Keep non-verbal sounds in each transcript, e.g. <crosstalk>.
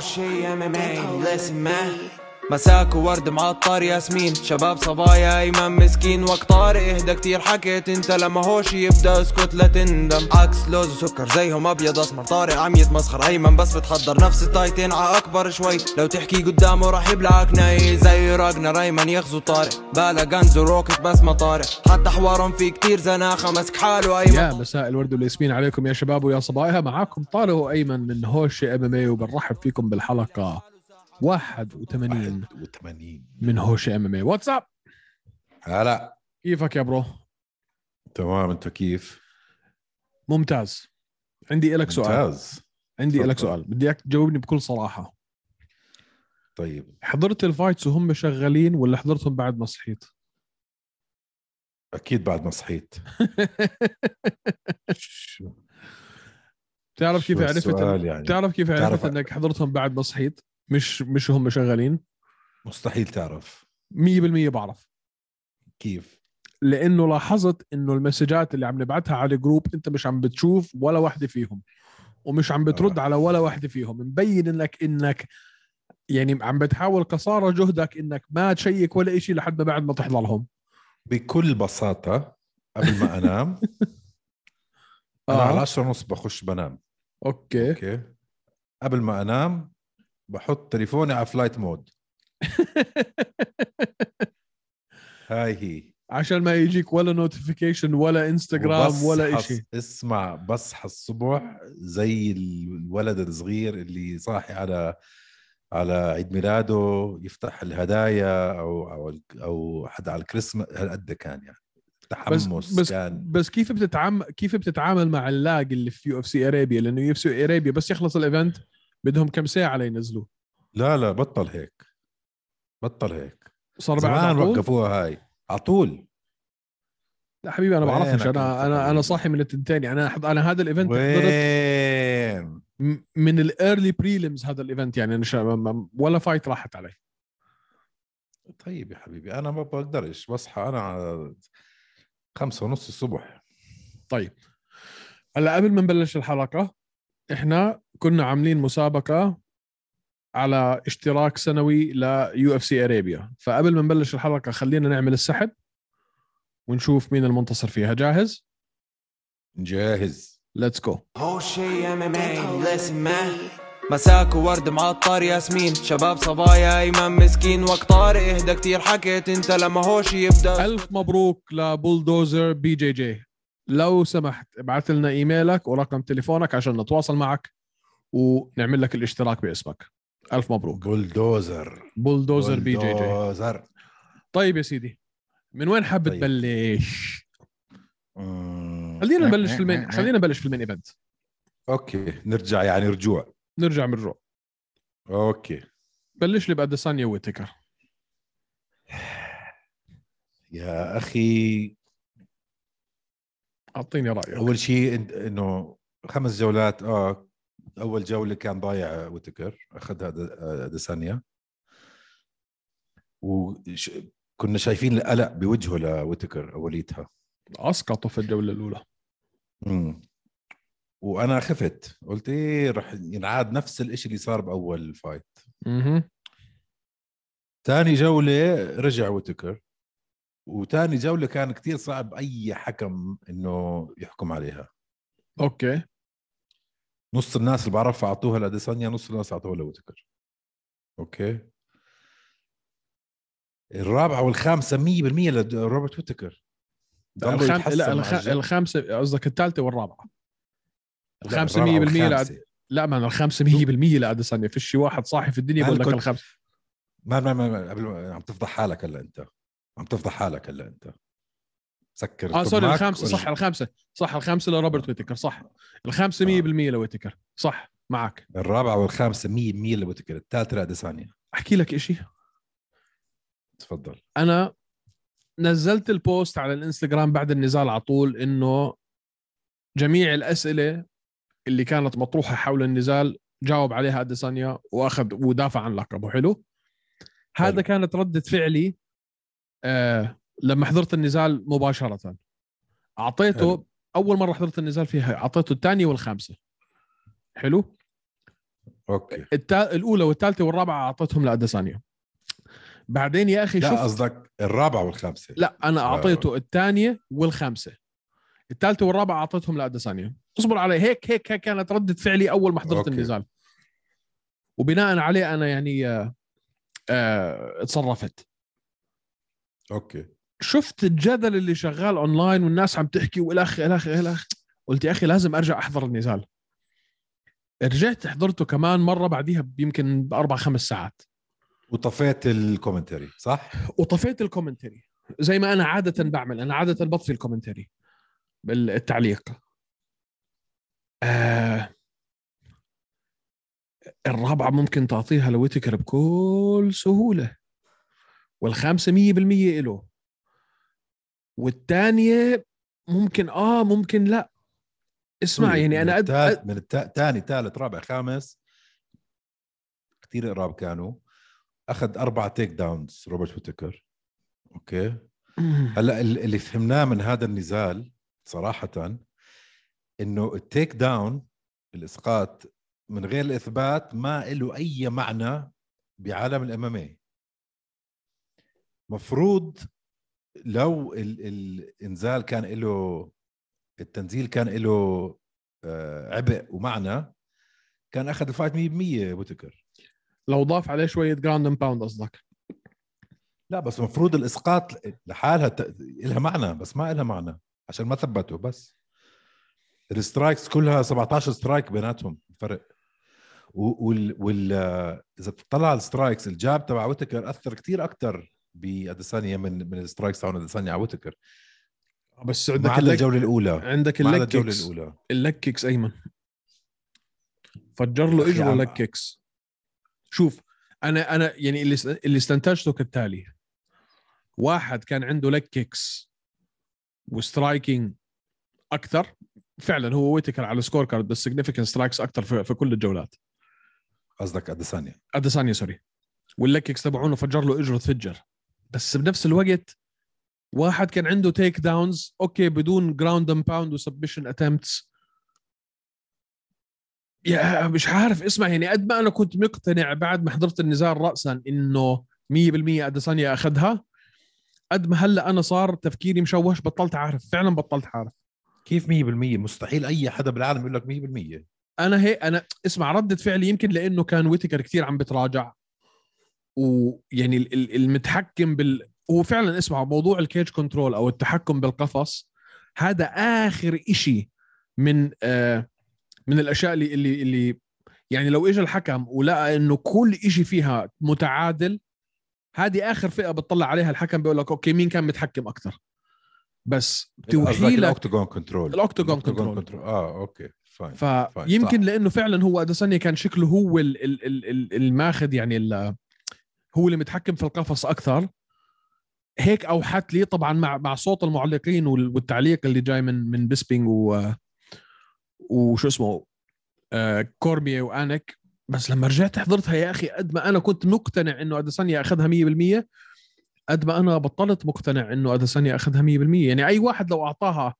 شي ام ام اي listen man مساك وورد معطر ياسمين شباب صبايا ايمن مسكين وقت طارق اهدى كتير حكيت انت لما هوش يبدا اسكت لا تندم عكس لوز وسكر زيهم ابيض اسمر طارق عم يتمسخر ايمن بس بتحضر نفس التايتين ع اكبر شوي لو تحكي قدامه راح يبلعك ناي زي راجنا ريمان يغزو طارق بالا غنز وروكت بس ما طارق حتى حوارهم في كتير زناخه مسك حاله ايمن يا مساء الورد والياسمين عليكم يا شباب ويا صبايا معاكم طارق وايمن من هوش ام ام اي إيه وبنرحب فيكم بالحلقه 81 81 من هوش ام ام اي واتساب هلا إيه. كيفك يا برو آه، تمام انت كيف؟ ممتاز عندي لك سؤال ممتاز عندي لك تفضل. سؤال بدي اياك تجاوبني بكل صراحه طيب حضرت الفايتس وهم شغالين ولا حضرتهم بعد ما صحيت اكيد بعد ما <laughs> صحيت شو- بتعرف كيف شو عرفت السؤال يعني بتعرف كيف عرفت بتعرف- انك حضرتهم بعد ما صحيت مش مش هم شغالين مستحيل تعرف 100% بعرف كيف لانه لاحظت انه المسجات اللي عم نبعتها على الجروب انت مش عم بتشوف ولا واحده فيهم ومش عم بترد آه. على ولا واحده فيهم مبين انك انك يعني عم بتحاول قصارى جهدك انك ما تشيك ولا إشي لحد ما بعد ما تحضرهم بكل بساطه قبل <laughs> ما انام انا آه. على 10 ونص بخش بنام <laughs> اوكي اوكي قبل ما انام بحط تليفوني على فلايت مود هاي هي عشان ما يجيك ولا نوتيفيكيشن ولا انستغرام ولا وبصحى- إشي اسمع بصحى الصبح زي الولد الصغير اللي صاحي على على عيد ميلاده يفتح الهدايا او او او حدا على الكريسماس هالقد كان يعني بس تحمس بس كان بس كيف بتتعامل كيف بتتعامل مع اللاج اللي في يو اف سي ارابيا لانه يو اف سي ارابيا بس يخلص الايفنت بدهم كم ساعه لينزلوه لا لا بطل هيك بطل هيك صار بعد زمان عقود؟ وقفوها هاي على طول لا حبيبي انا وينك بعرفش أنت انا انا انا حبيبي؟ صاحي من التنتين انا حض... انا هذا الايفنت حضرت وين م- من الايرلي بريليمز هذا الايفنت يعني انا شا... ما- ما- ولا فايت راحت علي طيب يا حبيبي انا ما بقدرش بصحى انا على خمسة ونص الصبح طيب هلا قبل ما نبلش الحلقه احنا كنا عاملين مسابقه على اشتراك سنوي ليو اف سي ارابيا فقبل ما نبلش الحلقه خلينا نعمل السحب ونشوف مين المنتصر فيها جاهز جاهز ليتس جو هو شي ام ام اي listen man مساك وورد معطر ياسمين شباب صبايا ايمن مسكين وقت طارق اهدى كتير حكيت انت لما هوش يبدا الف مبروك لبولدوزر بي جي جي لو سمحت ابعث لنا ايميلك ورقم تليفونك عشان نتواصل معك ونعمل لك الاشتراك باسمك الف مبروك بولدوزر بولدوزر بي جي جي بولدوزر طيب يا سيدي من وين حاب طيب. تبلش مم. خلينا نبلش في <laughs> المين خلينا نبلش في المين ايفنت اوكي نرجع يعني رجوع نرجع من الرو اوكي بلش لي باديسانيا ويتكر يا اخي اعطيني رايك اول شيء إن- انه خمس جولات اه اول جوله كان ضايع وتكر اخذها د- آه، ديسانيا وكنا شايفين القلق بوجهه لوتكر اوليتها اسقطوا في الجوله الاولى مم. وانا خفت قلت ايه رح ينعاد نفس الاشي اللي صار باول فايت اها تاني جولة رجع وتكر وتاني جولة كان كتير صعب أي حكم إنه يحكم عليها اوكي نص الناس اللي بعرفها أعطوها لأديسانيا نص الناس أعطوها لوتكر أوكي الرابعة والخامسة 100% لروبرت وتكر ضلوا الخام... يتحسن لا مع الخ... الجد. الخامسه قصدك الثالثه والرابعه لا، الخامسة الرابعة 100% والخامسة. لا ما انا الخامسه 100% لاديسانيا في شي واحد صاحي في الدنيا أنا بقول لك كنت- الخامسه ما ما ما- ما قبل ما- عم تفضح حالك هلا أنت عم تفضح حالك هلا أنت سكر اه سوري طماعك الخامسه صح وارجع. الخامسه صح الخامسه لروبرت ويتكر صح الخامسه 100% لويتكر صح معك الرابعة والخامسة 100% لوتكر الثالثة لأديسانيا احكي لك إشي تفضل انا نزلت البوست على الانستغرام بعد النزال على طول انه جميع الاسئله اللي كانت مطروحه حول النزال جاوب عليها اديسانيا واخذ ودافع عن لقبه حلو هذا حلو. كانت رده فعلي آه لما حضرت النزال مباشره اعطيته حلو. اول مره حضرت النزال فيها اعطيته الثانيه والخامسه حلو اوكي التا... الاولى والثالثه والرابعه اعطتهم لاديسانيا بعدين يا اخي لا شفت قصدك الرابعه والخامسه لا انا اعطيته الثانيه والخامسه الثالثه والرابعه اعطيتهم لاديسانيا اصبر علي هيك هيك هيك كانت رده فعلي اول ما حضرت أوكي. النزال وبناء عليه انا يعني آه، آه، اتصرفت اوكي شفت الجدل اللي شغال اونلاين والناس عم تحكي والاخ الاخ الاخ قلت يا اخي لازم ارجع احضر النزال رجعت حضرته كمان مره بعديها يمكن باربع خمس ساعات وطفيت الكومنتري صح؟ وطفيت الكومنتري زي ما انا عاده بعمل انا عاده بطفي الكومنتري بالتعليق آه الرابعه ممكن تعطيها لويتكر بكل سهوله والخامسه 100% إله والثانيه ممكن اه ممكن لا طيب، اسمع يعني انا قد قد قد- من الثاني ثالث رابع خامس كثير قراب كانوا اخذ اربع تيك داونز روبرت ويتكر اوكي <clears throat> هلا ال- اللي فهمناه من هذا النزال صراحه انه التيك داون الاسقاط من غير الاثبات ما له اي معنى بعالم الامامي إيه. مفروض لو ال- ال- الانزال كان له التنزيل كان له آه، عبء ومعنى كان اخذ الفايت 100% بوتكر لو ضاف عليه شويه جراوند اند باوند قصدك لا بس مفروض الاسقاط لحالها ت- إلها معنى بس ما إلها معنى عشان ما ثبته بس السترايكس كلها 17 سترايك بيناتهم فرق و- وال وال آه، اذا بتطلع على السترايكس الجاب تبع ويتكر اثر كثير اكثر باديسانيا من من السترايكس تبع اديسانيا على ويتكر بس ما عندك عدا اللك الجوله الاولى عندك ما اللك عدا الجوله كيكس. الاولى اللك كيكس ايمن فجر له أخي اجره عم- لك كيكس شوف انا انا يعني اللي است- اللي استنتجته كالتالي واحد كان عنده لك كيكس وسترايكينج اكثر فعلا هو ويتكر على السكور كارد بس سيجنفكنت سترايكس اكثر في, في كل الجولات قصدك اديسانيا اديسانيا سوري واللك كيكس تبعونه فجر له اجره تفجر بس بنفس الوقت واحد كان عنده تيك داونز اوكي بدون جراوند اند باوند وسبمشن اتمتس يا مش عارف اسمع يعني قد ما انا كنت مقتنع بعد ما حضرت النزال راسا انه 100% اديسانيا اخذها قد ما هلا انا صار تفكيري مشوش بطلت عارف فعلا بطلت عارف كيف 100% مستحيل اي حدا بالعالم يقول لك 100% انا هي انا اسمع ردة فعلي يمكن لانه كان ويتكر كثير عم بتراجع ويعني ال- ال- المتحكم بال هو فعلا اسمع موضوع الكيج كنترول او التحكم بالقفص هذا اخر إشي من آه من الاشياء اللي اللي اللي يعني لو اجى الحكم ولقى انه كل إشي فيها متعادل هذه اخر فئه بتطلع عليها الحكم بيقول لك اوكي مين كان متحكم اكثر بس توحي توحيلك الاوكتاجون كنترول الأوكتاجون الأوكتاجون كنترول. اه اوكي فاين فيمكن لانه فعلا هو اديسانيا كان شكله هو ال ال ال ال الماخذ يعني ال هو اللي متحكم في القفص اكثر هيك اوحت لي طبعا مع مع صوت المعلقين وال- والتعليق اللي جاي من من بيسبينج و وشو اسمه آه، كورميه وانك بس لما رجعت حضرتها يا اخي قد ما انا كنت مقتنع انه اديسانيا اخذها 100% قد ما انا بطلت مقتنع انه اديسانيا اخذها 100% يعني اي واحد لو اعطاها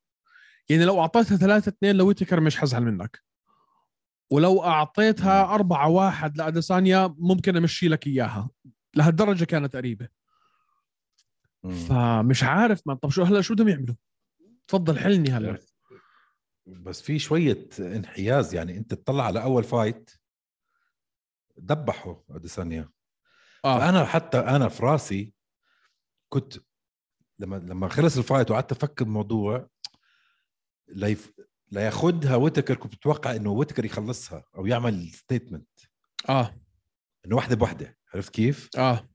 يعني لو اعطيتها 3 2 لويتكر مش حزعل منك ولو اعطيتها 4 1 لاديسانيا ممكن امشي لك اياها لهالدرجه كانت قريبه فمش عارف ما طب شو هلا شو بدهم يعملوا تفضل حلني هلا بس في شويه انحياز يعني انت تطلع على اول فايت دبحوا اديسانيا اه فانا حتى انا في راسي كنت لما لما خلص الفايت وقعدت افكر بموضوع ليف لياخدها ويتكر كنت بتوقع انه ويتكر يخلصها او يعمل ستيتمنت اه انه واحده بواحده عرفت كيف؟ اه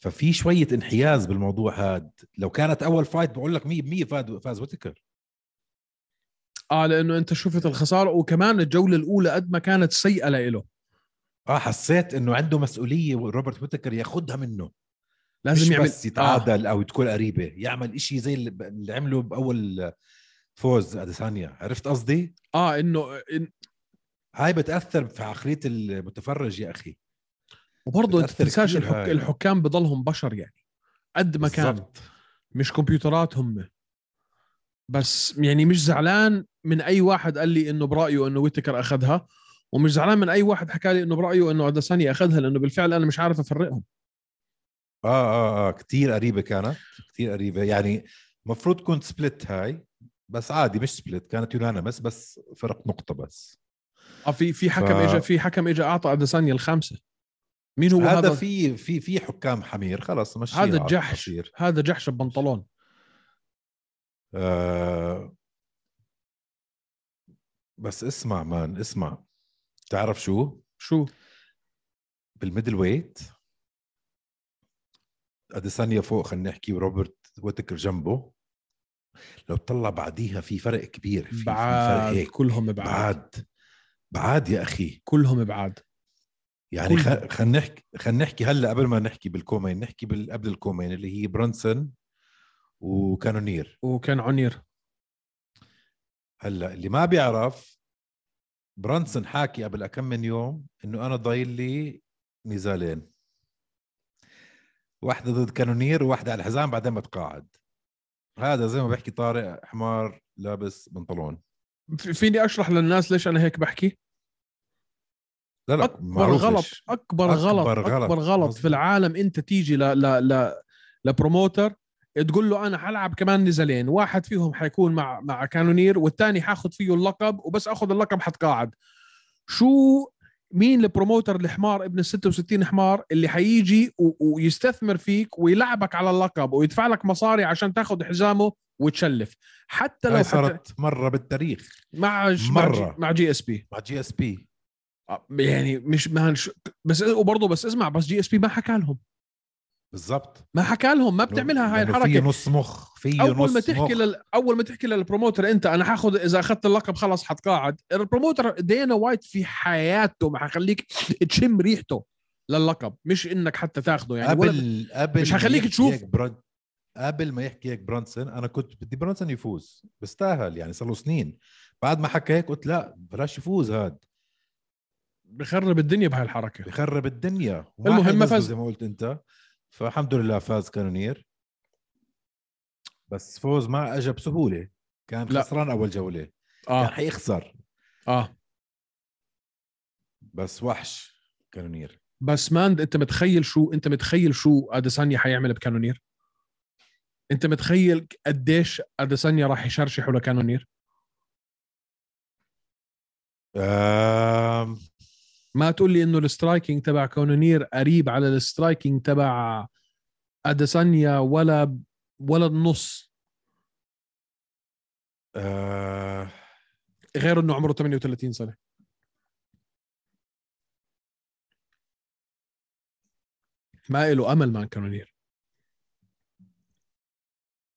ففي شويه انحياز بالموضوع هاد لو كانت اول فايت بقول لك 100% فاز فاز ويتكر اه لانه انت شفت الخساره وكمان الجوله الاولى قد ما كانت سيئه لإله اه حسيت انه عنده مسؤوليه وروبرت ويتكر ياخذها منه لازم مش يعمل بس يتعادل آه. او تكون قريبه يعمل إشي زي اللي ب- اللي عمله باول فوز اديسانيا عرفت قصدي اه انه إن... هاي بتاثر في عقليه المتفرج يا اخي وبرضه انت بتأثر تنساش كتير الحك... هاي. الحكام بضلهم بشر يعني قد ما كان بالضبط. مش كمبيوترات هم بس يعني مش زعلان من اي واحد قال لي انه برايه انه ويتكر اخذها ومش زعلان من اي واحد حكى لي انه برايه انه اديسانيا اخذها لانه بالفعل انا مش عارف افرقهم اه اه اه كثير قريبه كانت كثير قريبه يعني المفروض تكون سبلت هاي بس عادي مش سبلت كانت يونانيمس بس فرق نقطه بس اه في في حكم ف- اجى في حكم اجى اعطى اديسانيا الخامسه مين هو هذا هذا في في في حكام حمير خلص مش هذا الجحش هذا جحش ببنطلون آه بس اسمع مان اسمع تعرف شو شو بالميدل ويت اديسانيا فوق خلينا نحكي وروبرت ويتكر جنبه لو تطلع بعديها في فرق كبير في, في فرق بعاد هيك كلهم بعاد بعاد بعاد يا اخي كلهم بعاد يعني كل- خ- خلينا نحكي خلينا نحكي هلا قبل ما نحكي بالكومين نحكي بال- قبل الكومين اللي هي برونسون وكانونير وكان عنير هلا اللي ما بيعرف برانسون حاكي قبل كم من يوم انه انا ضايل لي نزالين واحدة ضد كانونير وواحدة على الحزام بعدين بتقاعد هذا زي ما بحكي طارق حمار لابس بنطلون في- فيني اشرح للناس ليش انا هيك بحكي لا لا اكبر معروف غلط ليش. اكبر غلط أكبر غلط. اكبر غلط مظبوط. في العالم انت تيجي ل ل ل لبروموتر تقول له انا حلعب كمان نزالين واحد فيهم حيكون مع مع كانونير والثاني حاخذ فيه اللقب وبس اخذ اللقب حتقاعد شو مين البروموتر الحمار ابن ال 66 حمار اللي حيجي و- ويستثمر فيك ويلعبك على اللقب ويدفع لك مصاري عشان تاخذ حزامه وتشلف حتى لو هاي حتى صارت مرة بالتاريخ مع مع مرة. جي- مع جي اس بي مع جي اس بي يعني مش ما هنش... بس وبرضه بس اسمع بس جي اس بي ما حكى لهم بالضبط ما حكى لهم ما بتعملها هاي لأنه يعني في الحركه نص مخ في اول نص ما تحكي مخ. لل... اول ما تحكي للبروموتر انت انا حاخذ اذا اخذت اللقب خلاص حتقاعد البروموتر دينا وايت في حياته ما حخليك تشم ريحته للقب مش انك حتى تاخده يعني ولا... قبل قبل مش ما هخليك يحكي تشوف. هيك بران... قبل ما يحكي هيك برانسون انا كنت بدي برانسون يفوز بستاهل يعني صار له سنين بعد ما حكى هيك قلت لا بلاش يفوز هاد بخرب الدنيا بهاي الحركه بخرب الدنيا وما المهم ما حينزله فاز. زي ما قلت انت فالحمد لله فاز كانونير بس فوز ما اجى بسهوله كان لا. لا. خسران اول جوله آه. كان اه حيخسر اه بس وحش كانونير بس مان انت متخيل شو انت متخيل شو اديسانيا حيعمل بكانونير انت متخيل قديش اديسانيا راح يشرشحه لكانونير آم... ما تقول لي انه السترايكينج تبع كونونير قريب على السترايكينج تبع اديسانيا ولا ولا النص آه... غير انه عمره 38 سنه ما له امل مع كانونير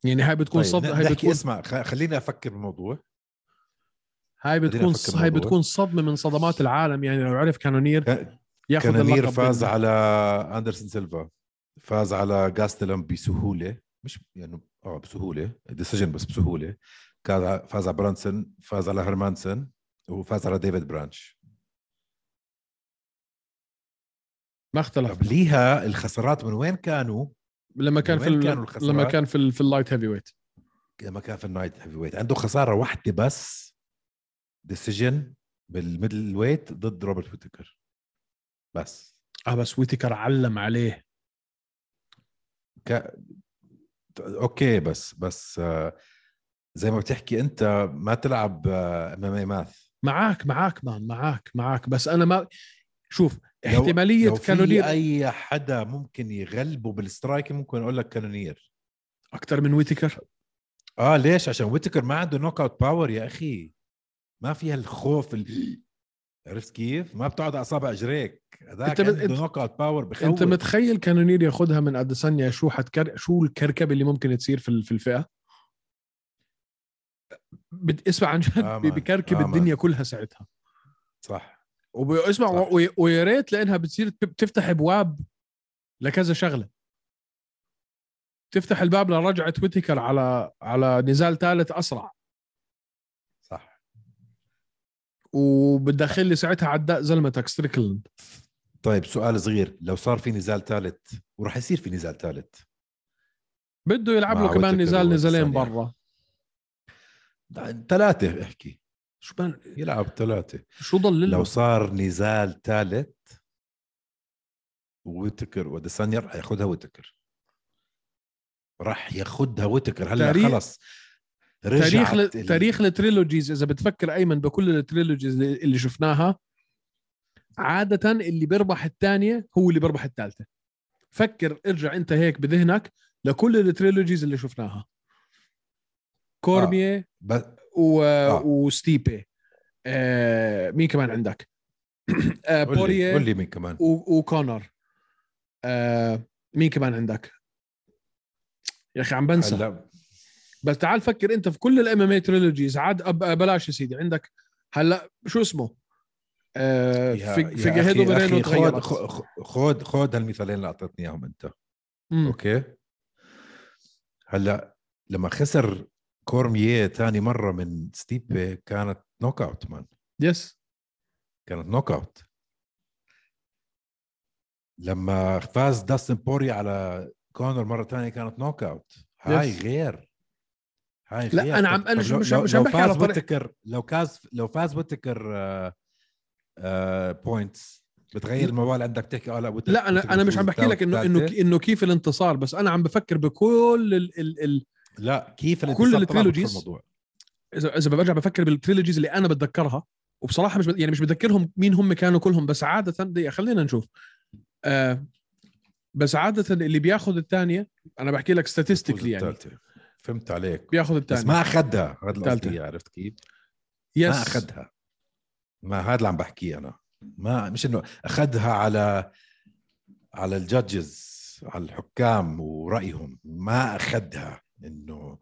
يعني هاي بتكون طيب. صدمه هاي نحكي بتكون اسمع خ- خليني افكر بالموضوع هاي خلينا بتكون نفكر هاي بالموضوع. بتكون صدمه من صدمات العالم يعني لو عرف كانونير كان- ياخذ كانونير اللقب فاز بال- على اندرسون سيلفا فاز على جاستلم بسهوله مش يعني اه بسهوله ديسيجن بس بسهوله كان ع- فاز على برانسون فاز على هرمانسون وفاز على ديفيد برانش ما اختلف قبليها الخسارات من وين كانوا لما كان في وين ال- كانوا الخسارات؟ لما كان في ال- في اللايت هيفي ويت لما كان في النايت هيفي ويت عنده خساره واحده بس ديسيجن بالميدل ويت ضد روبرت ويتكر بس اه بس ويتكر علم عليه ك... اوكي بس بس آه، زي ما بتحكي انت ما تلعب آه، ام ام ماث معاك معاك مان معاك معاك بس انا ما شوف لو- احتماليه لو في كانونير اي حدا ممكن يغلبه بالسترايك ممكن اقول لك كانونير اكثر من ويتكر اه ليش عشان ويتكر ما عنده نوك اوت باور يا اخي ما في هالخوف ال... عرفت كيف ما بتقعد على اصابع اجريك هذاك أنت بت- عنده أنت- نوك اوت باور بخوف انت متخيل كانونير ياخذها من اديسانيا شو حتكر شو الكركبه اللي ممكن تصير في ال- في الفئه بت... اسمع عن جد آه، بي- مان. بكركب آه، مان. الدنيا كلها ساعتها صح واسمع صح. و... و- ويا ريت لانها بتصير ت- بتفتح ابواب لكذا شغله تفتح الباب لرجعه ويتكر على على نزال ثالث اسرع صح وبتدخل لي ساعتها عداء زلمتك ستريكلند طيب سؤال صغير لو صار في نزال ثالث وراح يصير في نزال ثالث بده يلعب مع له كمان ويتكر نزال نزالين وأديسانيا. برا ثلاثة احكي شو بان يلعب ثلاثه شو ضل لو له صار نزال ثالث ويتكر وديسانيا رح ياخذها ويتكر رح ياخذها ويتكر هلا تاريخ- خلص رجعت تاريخ ال... ال- تاريخ التريلوجيز اذا بتفكر ايمن بكل التريلوجيز اللي اللي شفناها عاده اللي بيربح الثانيه هو اللي بيربح الثالثه فكر ارجع انت هيك بذهنك لكل التريلوجيز اللي شفناها كورميه ب- و... آه. وستيبي آه... مين كمان عندك <clears throat> آه... قول لي- بوريه قول لي مين كمان و... وكونر آه... مين كمان عندك يا اخي عم بنسى هلا بس تعال فكر انت في كل الام ام اي تريلوجيز عاد أب- بلاش يا سيدي عندك هلا شو اسمه؟ آه يا- في يا في جهيدو أخي- برينو أخي خود تغيرت خو- خود خود هالمثالين اللي اعطيتني اياهم انت مم. اوكي هلا لما خسر كورميه ثاني مره من ستيبي كانت نوك اوت مان يس كانت نوك اوت لما فاز داستن بوري على كونر مره ثانيه كانت نوك اوت هاي Yes. غير هاي لا، غير أنا عم طب- قلش- طب لو- مش عم- لو- مش عم لو بحكي على فاز طريق- ويتكر لو فاز لو فاز ويتكر بوينتس بتغير الموال عندك تحكي اه لا Whittaker- لا Whittaker انا انا مش بفوز عم بحكي لك انه انه بالثالثة. انه كيف الانتصار بس انا عم بفكر بكل ال ال ال لا كيف كل الانتصار طلع التريلوجيز- بكل الموضوع اذا اذا برجع بفكر بالتريلوجيز اللي انا بتذكرها وبصراحه مش بت- يعني مش بتذكرهم مين هم كانوا كلهم بس عاده دقيقه خلينا نشوف آه بس عاده اللي بياخذ الثانيه انا بحكي لك بفوز ستاتستيكلي يعني بالثالثة. فهمت عليك بياخذ بس الثانيه ما اخذها هذا اللي الثالثة. قصدي عرفت كيف؟ يس ما اخذها ما هذا اللي عم بحكيه انا ما مش انه اخذها على على الجادجز على الحكام ورايهم ما اخذها انه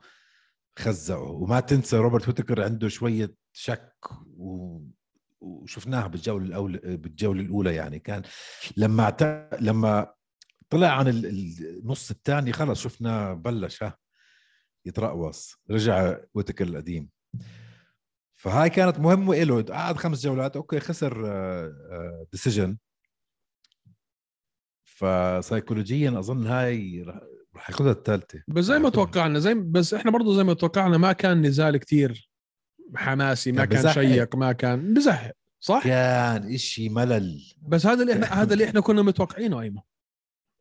خزعوا وما تنسى روبرت هوتكر عنده شويه شك و وشفناها بالجوله الاولى بالجوله الاولى يعني كان لما اعت- لما طلع عن ال- ال- النص الثاني خلص شفنا بلش ها يترقص رجع وتكر القديم فهاي كانت مهمه له قعد خمس جولات اوكي خسر آه، ديسيجن فسيكولوجيا اظن هاي رح- رح ياخذها الثالثه بس زي ما عرفت؟ توقعنا زي بس احنا برضو زي ما توقعنا ما كان نزال كتير حماسي ما كان كان بزهق. شيق ما كان بزهق صح كان إشي ملل بس هذا اللي احنا <laughs> هذا اللي احنا كنا متوقعينه ايمن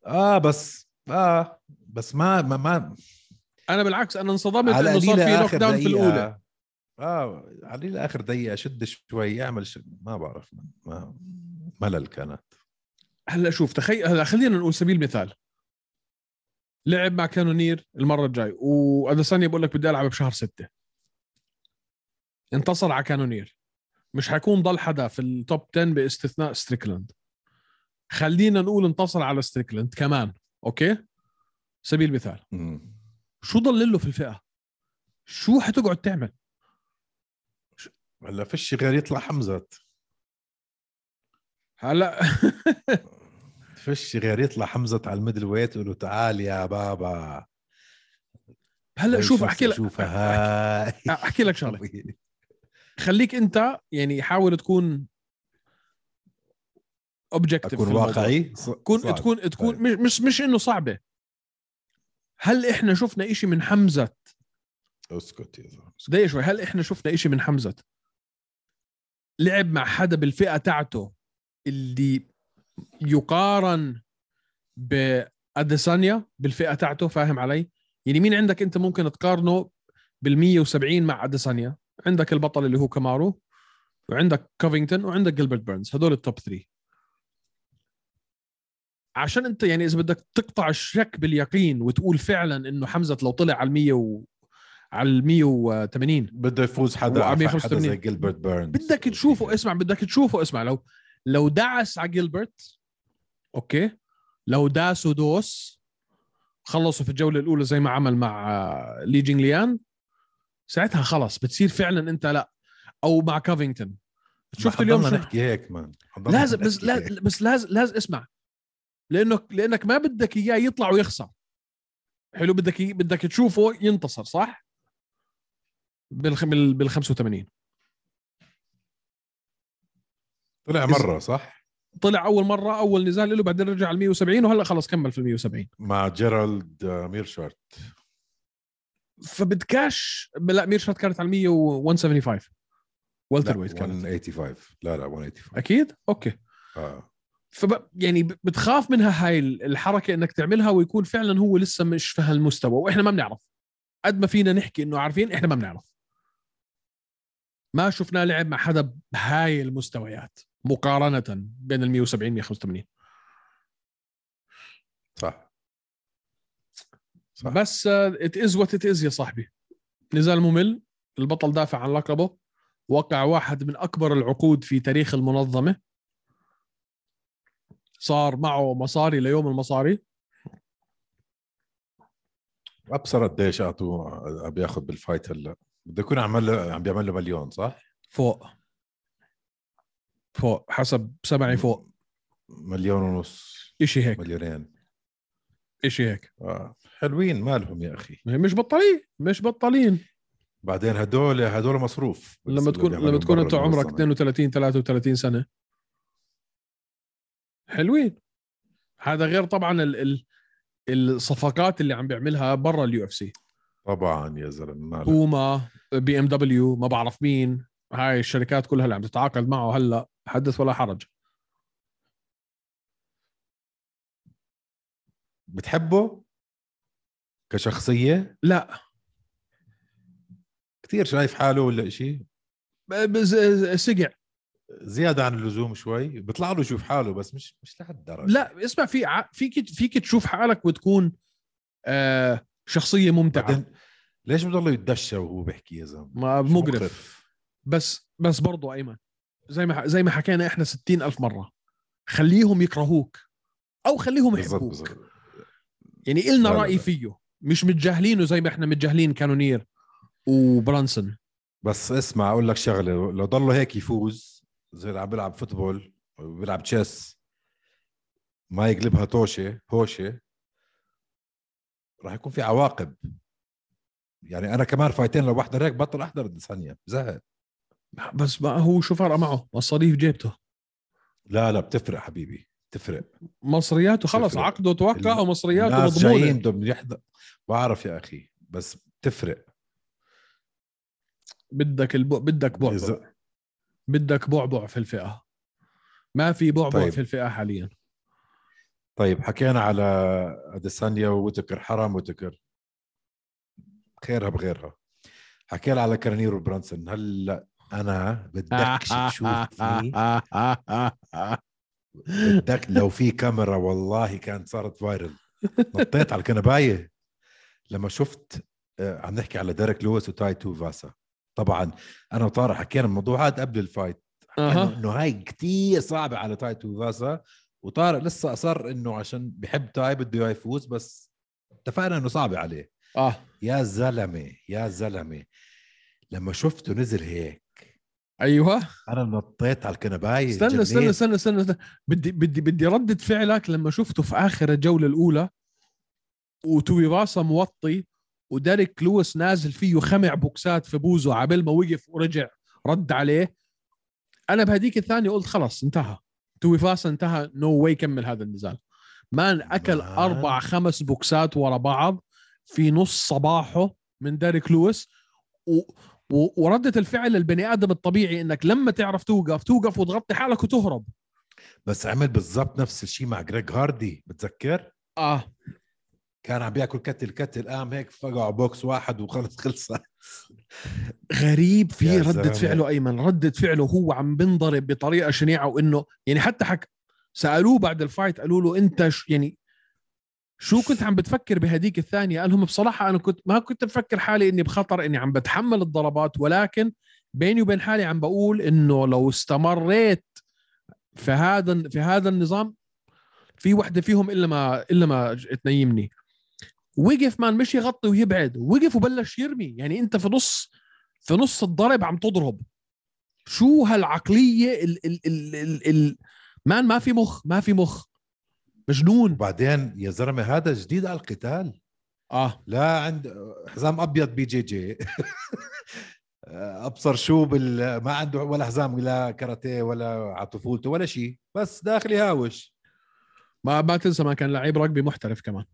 اه بس اه بس ما ما, ما انا بالعكس انا انصدمت على انه صار قليلة في لوك آخر داون في دقيقة. الاولى اه على قليلة اخر دقيقه شد شوي اعمل ش... ما بعرف ما ملل كانت هلا شوف تخيل هلا خلينا نقول سبيل المثال لعب مع كانونير المره الجاي واديسانيا بقول لك بدي العب بشهر ستة انتصر على كانونير مش حيكون ضل حدا في التوب 10 باستثناء ستريكلاند خلينا نقول انتصر على ستريكلاند كمان اوكي سبيل المثال مم. شو ضل له في الفئه شو حتقعد تعمل هلا فيش غير يطلع حمزه هلا فيش غير يطلع حمزه على الميدل ويت يقول له تعال يا بابا هلا هاي شوف شوف- احكي لك شوف هاي احكي لك شغله خليك انت يعني حاول تكون اوبجكتيف اكون واقعي ص- تكون صعب. تكون تكون طيب. مش مش مش انه صعبه هل احنا شفنا إشي من حمزه اسكت يا زلمه دقيقة شوي هل احنا شفنا إشي من حمزة لعب مع حدا بالفئة تاعته اللي يقارن بأديسانيا بالفئة تاعته فاهم علي يعني مين عندك انت ممكن تقارنه بال170 مع اديسانيا عندك البطل اللي هو كامارو وعندك كوفينغتون وعندك جilbert بيرنز هدول التوب 3 عشان انت يعني اذا بدك تقطع الشك باليقين وتقول فعلا انه حمزه لو طلع على ال100 و... على ال180 بده يفوز حدا وعم حدا يخلص زي 80. جيلبرت بيرنز بدك تشوفه اسمع بدك تشوفه اسمع لو لو دعس على جيلبرت اوكي لو داس ودوس خلصوا في الجوله الاولى زي ما عمل مع آه، لي جينغ ليان ساعتها خلص بتصير فعلا انت لا او مع كافينغتون شفت اليوم شو شو نحكي هيك مان حضرنا لازم بس نحكي هيك. لا بس لازم لازم اسمع لانك لانك ما بدك اياه يطلع ويخسر حلو بدك إي- بدك تشوفه ينتصر صح؟ بالخ... بال بال 85 طلع مره صح طلع اول مره اول نزال له بعدين رجع على 170 وهلا خلص كمل في 170 مع جيرالد آه، ميرشارت فبدكاش لا ميرشات كانت على 100 و 175 والتر ويت كانت 185 لا لا 185 اكيد اوكي اه فب يعني ب- بتخاف منها هاي ال- الحركه انك تعملها ويكون فعلا هو لسه مش في هالمستوى واحنا ما بنعرف قد ما فينا نحكي انه عارفين احنا ما بنعرف ما شفنا لعب مع حدا بهاي المستويات مقارنه بين ال 170 185 صح صح. بس آه، ات از وات ات از يا صاحبي نزال ممل البطل دافع عن لقبه وقع واحد من اكبر العقود في تاريخ المنظمه صار معه مصاري ليوم المصاري ابصر قديش اعطوه آه، عم بياخذ بالفايت هلا بده يكون عمل له عم بيعمل له مليون صح؟ فوق فوق حسب سمعي فوق مليون ونص اشي هيك مليونين اشي هيك آه. حلوين مالهم يا اخي مش بطالين مش بطالين بعدين هدول هدول مصروف لما تكون لما تكون انت عمرك 32 33 سنه حلوين هذا غير طبعا ال ال الصفقات اللي عم بيعملها برا اليو اف سي طبعا يا زلمه مالك. بوما بي ام دبليو ما بعرف مين هاي الشركات كلها اللي عم تتعاقد معه هلا حدث ولا حرج بتحبه كشخصيه لا كثير شايف حاله ولا شيء ب- بز- سقع زياده عن اللزوم شوي بيطلع له يشوف حاله بس مش مش لهالدرجه لا اسمع في ع- فيك فيك تشوف حالك وتكون آه شخصيه ممتعه بعدين ليش بضله يتدشى وهو بيحكي يا زلمه ما شو مقرف بس بس برضو ايمن زي ما زي ما حكينا احنا ستين ألف مره خليهم يكرهوك او خليهم بالضبط يحبوك بالضبط. يعني إلنا لا، لا، راي لا. فيه مش متجاهلينه زي ما احنا متجاهلين كانونير وبرانسون بس اسمع اقول لك شغله لو ضله هيك يفوز زي اللي عم بيلعب فوتبول بيلعب تشيس ما يقلبها توشه هوشه راح يكون في عواقب يعني انا كمان فايتين لو بحضر هيك بطل احضر الثانيه زهق بس ما هو شو فرق معه مصاريف جيبته لا لا بتفرق حبيبي بتفرق مصرياته خلص بتفرق. عقده توقع ال- ومصرياته الناس مضمونه جايين بدهم يحضر بعرف يا اخي بس بتفرق بدك الب... بدك بعبع إذا- بدك بعبع في الفئه ما في بعبع طيب. في الفئه حاليا طيب حكينا على اديسانيا ووتكر حرام وتكر خيرها بغيرها حكينا على كرنير وبرانسون هلا انا بدك تشوفني بدك لو في كاميرا والله كانت صارت فايرل نطيت على الكنبايه لما شفت آه، عم نحكي على ديريك لويس وتاي تو فاسا طبعا انا وطارق حكينا الموضوع هذا قبل الفايت حكينا أها. انه هاي كتير صعبه على تاي تو فاسا وطارق لسه اصر انه عشان بحب تاي بده اياه يفوز بس اتفقنا انه صعبه عليه اه يا زلمه يا زلمه لما شفته نزل هيك ايوه انا نطيت على الكنبايه استنى جنيت. استنى استنى استنى, استنى. بدي بدي بدي ردة فعلك لما شفته في اخر الجوله الاولى وتوي راسه موطي وديريك لويس نازل فيه خمع بوكسات في بوزه عبال ما وقف ورجع رد عليه انا بهديك الثانيه قلت خلص انتهى توي فاسا انتهى نو واي كمل هذا النزال مان اكل مان. اربع خمس بوكسات ورا بعض في نص صباحه من ديريك لويس و... و... وردة الفعل البني ادم الطبيعي انك لما تعرف توقف توقف وتغطي حالك وتهرب بس عمل بالضبط نفس الشيء مع جريج هاردي بتذكر اه كان عم بياكل كتل كتل قام هيك فقع بوكس واحد وخلص خلصت غريب في يا ردة زلمة. فعله ايمن ردة فعله هو عم بنضرب بطريقه شنيعه وانه يعني حتى حك سالوه بعد الفايت قالوا له انت ش... يعني شو كنت عم بتفكر بهديك الثانيه قال لهم بصراحه انا كنت ما كنت بفكر حالي اني بخطر اني عم بتحمل الضربات ولكن بيني وبين حالي عم بقول انه لو استمريت في هذا في هذا النظام في وحده فيهم الا ما الا ما ج- تنيمني وقف مان مش يغطي ويبعد وقف وبلش يرمي يعني انت في نص في نص الضرب عم تضرب شو هالعقليه ال ال ال ال, ال مان ما في مخ ما في مخ مجنون وبعدين يا زلمه هذا جديد على القتال اه لا عند حزام ابيض بي جي جي <laughs> ابصر شو بال... ما عنده ولا حزام لا كاراتيه ولا على طفولته ولا شيء بس داخل يهاوش ما ما تنسى ما كان لعيب رقبي محترف كمان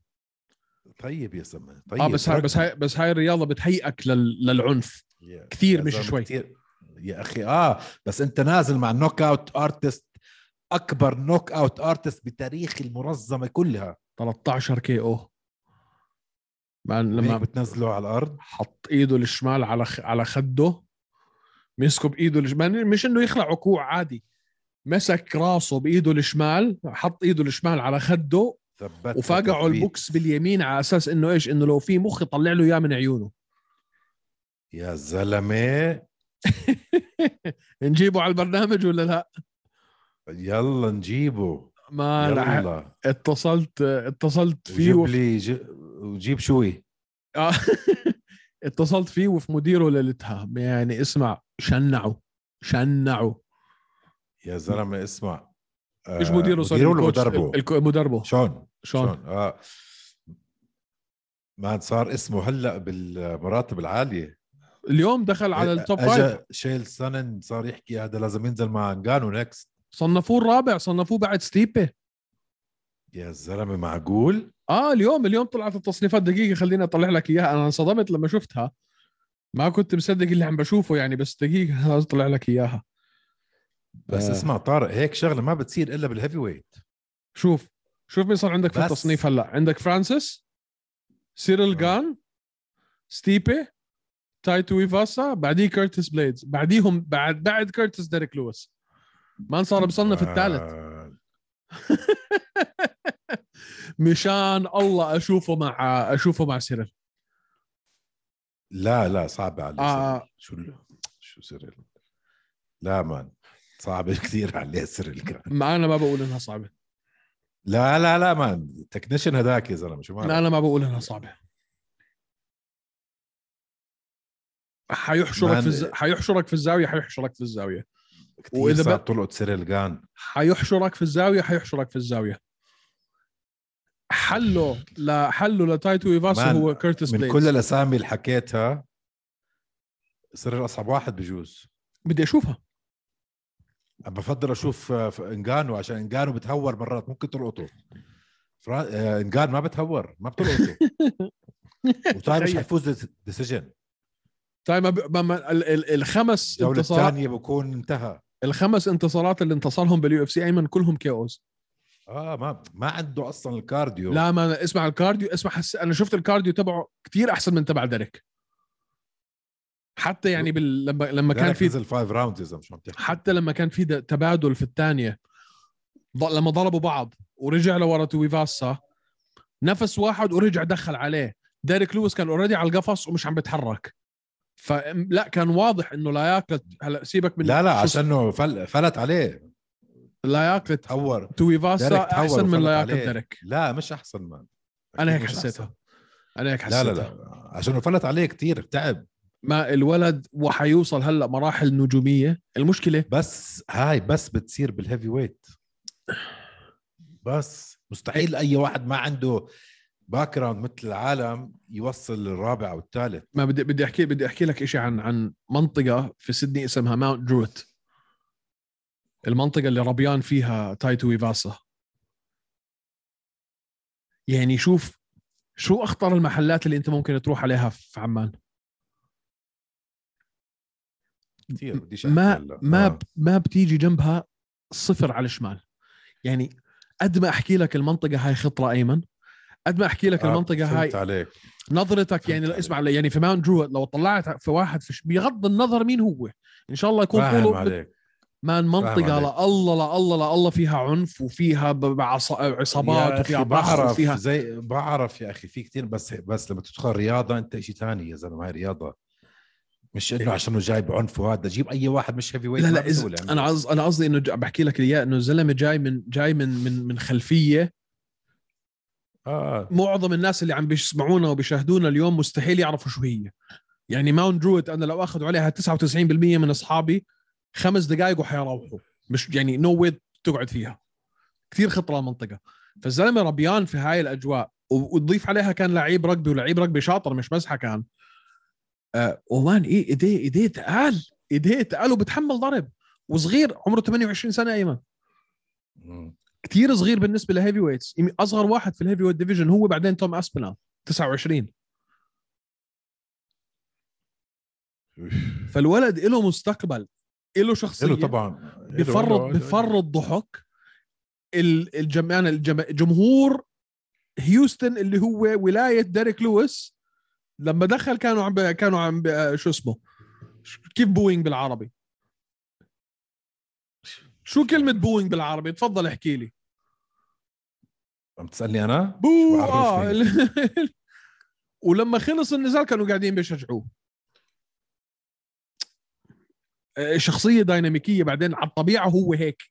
طيب يا زلمه طيب اه بس هاي ركز. بس هاي بس هاي الرياضه بتهيئك لل للعنف يا- كثير يا مش زلمة شوي. كتير يا اخي اه بس انت نازل مع نوك اوت ارتست اكبر نوك اوت ارتست بتاريخ المنظمه كلها 13 كي او لما طيب. لما بتنزله على الارض حط ايده الشمال على خ... على خده مسكه بايده الشمال مش انه يخلع عكوع عادي مسك راسه بايده الشمال حط ايده الشمال على خده ثبت وفاقعه تثبيت. البوكس باليمين على اساس انه ايش انه لو في مخ يطلع له اياه من عيونه يا زلمه نجيبه على البرنامج ولا لا يلا نجيبه ما رح- يلا اتصلت اتصلت فيه جيب وف... لي ج- وجيب شوي آه. <laughs> اتصلت فيه وفي مديره ليلتها يعني اسمع شنعه شنعه يا زلمه اسمع آه، مش مديره سوري مديره ولا الكوتش- مدربه الك- مدربه شون شون اه ما صار اسمه هلا بالمراتب العاليه اليوم دخل على التوب فايف اجا شيل سنن صار يحكي هذا لازم ينزل مع انجانو نكست صنفوه الرابع صنفوه بعد ستيبي يا زلمه معقول اه اليوم اليوم طلعت التصنيفات دقيقه خليني اطلع لك اياها انا انصدمت لما شفتها ما كنت مصدق اللي عم بشوفه يعني بس <laughs> دقيقه لازم اطلع لك اياها بس آه. اسمع طارق هيك شغله ما بتصير الا بالهيفي ويت شوف شوف مين صار عندك في بس. التصنيف هلا عندك فرانسيس سيريل آه. جان ستيبي تايتو ويفاسا بعديه كيرتس بليدز بعديهم بعد بعد كيرتس ديريك لويس مان صار مصنف الثالث آه، مشان الله اشوفه مع اشوفه مع سيريل لا لا صعبه عليه آه. سيريل. شو ال- شو سيريل لا مان صعبه <laughs> كثير عليه سيريل كان ما انا ما بقول انها صعبه لا لا لا مان التكنيشن هذاك يا زلمه شو لا مالك انا ما بقول انها صعبه حيحشرك مان- في الز... حيحشرك في الزاويه حيحشرك في الزاويه كثير وإذا صعب بق- طلقت سيريل كان حيحشرك في الزاويه حيحشرك في الزاويه حله لا حله لتايتو ايفاسا مان، هو كيرتس من بليدز كل الاسامي اللي حكيتها سيريل اصعب واحد بجوز بدي اشوفها أنا بفضل اشوف آه، ف- انجانو عشان انجانو بتهور مرات ممكن تلقطه فرا... آه، انجان ما بتهور <laughs> ما بتلقطه وتايم مش تخيل. حيفوز ديسيجن طيب ما ب- ما- ما- ال- ال- الخمس الجوله انتصارات الثانيه بكون انتهى الخمس انتصارات اللي انتصرهم باليو اف سي ايمن كلهم كيوز اه ما ما عنده اصلا الكارديو لا ما اسمع الكارديو اسمع حس... انا شفت الكارديو تبعه كتير احسن من تبع ديريك حتى يعني بال... لما لما كان في نزل فايف راوندز يا زلمه شو عم تحكي حتى لما كان في د- تبادل في الثانيه لما ضربوا بعض ورجع لورا تويفاسا نفس واحد ورجع دخل عليه ديريك لويس كان اوريدي على القفص ومش عم بيتحرك فلا كان واضح انه لياقه هلا سيبك من لا لا شو اسمه- عشانه فل... فلت عليه لياقه تهور تويفاسا ديريك تهور احسن من وفلت لياقه عليه. ديريك لا مش احسن مان انا هيك أكيد مش حسيتها أحسن. انا هيك حسيتها لا لا لا عشانه فلت عليه كتير تعب ما الولد وحيوصل هلا مراحل نجوميه المشكله بس هاي بس بتصير بالهيفي ويت بس مستحيل اي واحد ما عنده باك جراوند مثل العالم يوصل للرابع او الثالث ما بدي بدي احكي بدي احكي لك شيء عن عن منطقه في سيدني اسمها ماونت دروت المنطقه اللي ربيان فيها تايتو ويفاسا يعني شوف شو اخطر المحلات اللي انت ممكن تروح عليها في عمان كثير بديش أحكي ما هلا. ما آه. ب- ما بتيجي جنبها صفر على الشمال يعني قد ما احكي لك المنطقه هاي خطره ايمن قد ما احكي لك آه، المنطقه هاي فهمت عليك نظرتك فهمت يعني عليك. اسمع يعني في ماونت درو لو طلعت في واحد في ش- بغض النظر مين هو ان شاء الله يكون فاهم طوله عليك مان منطقه فاهم لا الله لا الله لا الله فيها عنف وفيها ب- ب- عص- يا عصابات أخي وفيها بحر بعرف وفيها زي بعرف يا اخي في كثير بس بس لما تدخل رياضه انت شيء ثاني يا زلمه هاي رياضه مش انه عشانه جاي بعنف وهذا جيب اي واحد مش هيفي ويت إيه. لا ما يعني. لا إز... بسهولة عنده. انا عز... انا قصدي انه ج- بحكي لك اياه انه الزلمه جاي من جاي من من من خلفيه اه معظم الناس اللي عم بيسمعونا وبيشاهدونا اليوم مستحيل يعرفوا شو هي يعني ماونت درويت انا لو اخذوا عليها 99% من اصحابي خمس دقائق وحيروحوا مش يعني نو ويت تقعد فيها كثير خطره المنطقه فالزلمه ربيان في هاي الاجواء و- وتضيف عليها كان لعيب رجبي ولعيب رجبي شاطر مش مزحه كان آه ومان ايه ايديه ايديه تقال ايديه تقال وبتحمل ضرب وصغير عمره 28 سنه ايمن مم. كتير صغير بالنسبه لهيفي ويتس يمي- اصغر واحد في الهيفي ويت ديفيجن هو بعدين توم اسبينال 29 فالولد له مستقبل له شخصيه له طبعا إله- بفرض إله- بفرض ضحك ال- الجم... يعني الجم... جمهور هيوستن اللي هو ولايه ديريك لويس لما دخل كانوا عم ب- كانوا عم ب- شو اسمه ش- كيف بوينج بالعربي شو كلمة بوينج بالعربي؟ تفضل احكي لي. عم تسالني انا؟ بو بعرفني. اه ال- <laughs> ولما خلص النزال كانوا قاعدين بيشجعوه. آه، شخصية ديناميكية بعدين على الطبيعة هو هيك.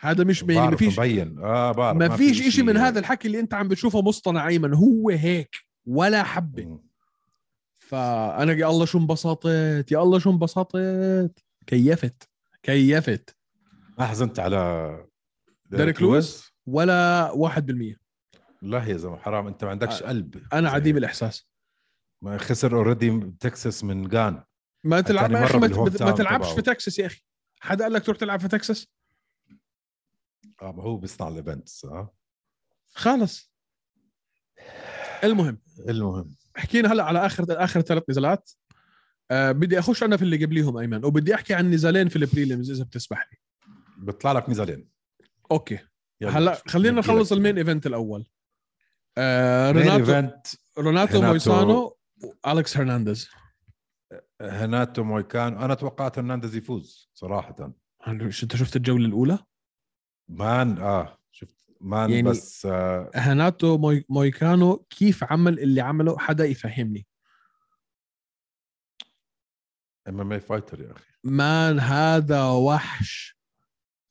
هذا مش يعني ما بعرف فيش مبين اه بعرف ما فيش في إشي من إشي- هذا الحكي اللي انت عم بتشوفه مصطنع ايمن هو هيك ولا حبه مم. فانا يا الله شو انبسطت يا الله شو انبسطت كيفت كيفت ما حزنت على ديريك لويس؟ ولا واحد بالمية لا يا زلمه حرام انت ما آه. عندكش قلب انا زي- عديم الاحساس ما خسر اوريدي تكساس من جان ما تلعب تاني يا اخي يعني مرة ما, بالهوم ت- ما تاون تلعبش تبعه. في تكساس يا اخي حدا قال لك تروح تلعب في تكساس اه ما هو بيصنع الايفنتس اه خالص المهم المهم حكينا هلا على اخر اخر ثلاث نزالات آه بدي اخش انا في اللي قبليهم ايمن وبدي احكي عن نزالين في البريليمز اذا بتسمح لي بيطلع لك نزالين اوكي يلا، هلا شوف. خلينا بدي نخلص لك. المين ايفنت الاول آه مين روناتو ايفنت روناتو ريناتو- مويسانو والكس هرنانديز هناتو مويكانو انا توقعت هرنانديز يفوز صراحه هل- شو- انت شفت الجوله الاولى مان اه شفت مان يعني- يعني... بس آه هاناتو موي... مويكانو كيف عمل اللي عمله حدا يفهمني ام ام اي فايتر يا اخي مان هذا وحش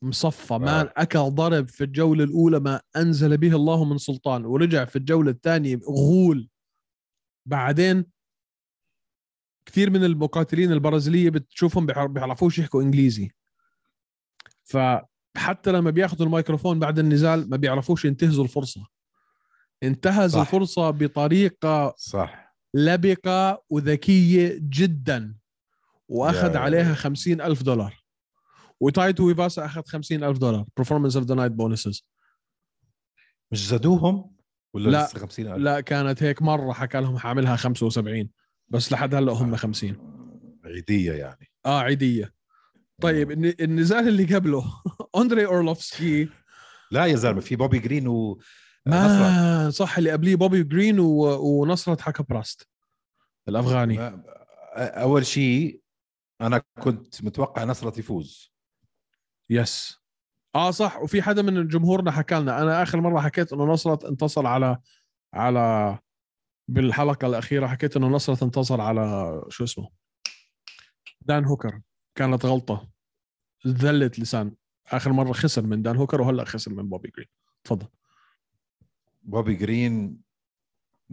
مصفى مان آه. اكل ضرب في الجوله الاولى ما انزل به الله من سلطان ورجع في الجوله الثانيه غول بعدين كثير من المقاتلين البرازيليه بتشوفهم بيعر- بيعرفوش يحكوا انجليزي فحتى لما بياخذوا الميكروفون بعد النزال ما بيعرفوش ينتهزوا الفرصه انتهز صح. الفرصه بطريقه صح لبقة وذكية جدا وأخذ يا- عليها خمسين ألف دولار وتايتو ويفاسا أخذ خمسين ألف دولار performance of the night bonuses مش زادوهم ولا لا. لسه 50000 لا كانت هيك مرة حكى لهم حعملها 75 بس لحد هلا هم 50 عيديه يعني اه عادية طيب الن- النزال اللي قبله <laughs> أندري آه، أورلوفسكي لا يا زلمه في بوبي جرين و نصر. ما آه، صح اللي قبليه بوبي جرين و... ونصرت حكا براست الأفغاني ما- اول آه، شيء انا كنت متوقع نصرة يفوز يس اه صح وفي حدا من جمهورنا حكى لنا انا اخر مره حكيت انه نصرت انتصر على على بالحلقه الاخيره حكيت انه نصرت انتصر على شو اسمه دان هوكر كانت غلطه ذلت لسان اخر مره خسر من دان هوكر وهلا خسر من بوبي جرين تفضل بوبي جرين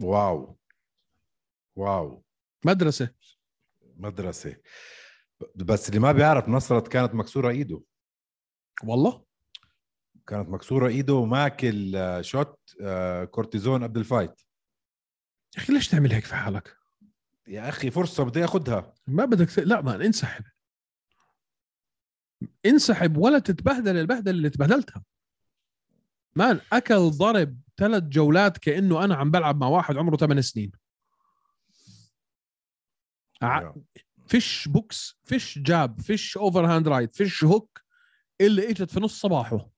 واو واو مدرسه مدرسه بس اللي ما بيعرف نصرة كانت مكسوره ايده والله كانت مكسوره ايده وماكل آه، شوت آه، كورتيزون قبل الفايت يا اخي ليش تعمل هيك في حالك يا اخي فرصه بدي اخذها ما بدك ت... لا ما انسحب انسحب ولا تتبهدل البهدله اللي تبهدلتها مان اكل ضرب ثلاث جولات كانه انا عم بلعب مع واحد عمره 8 سنين ع- فيش بوكس فيش جاب فيش اوفر هاند رايت فيش هوك اللي اجت في نص صباحه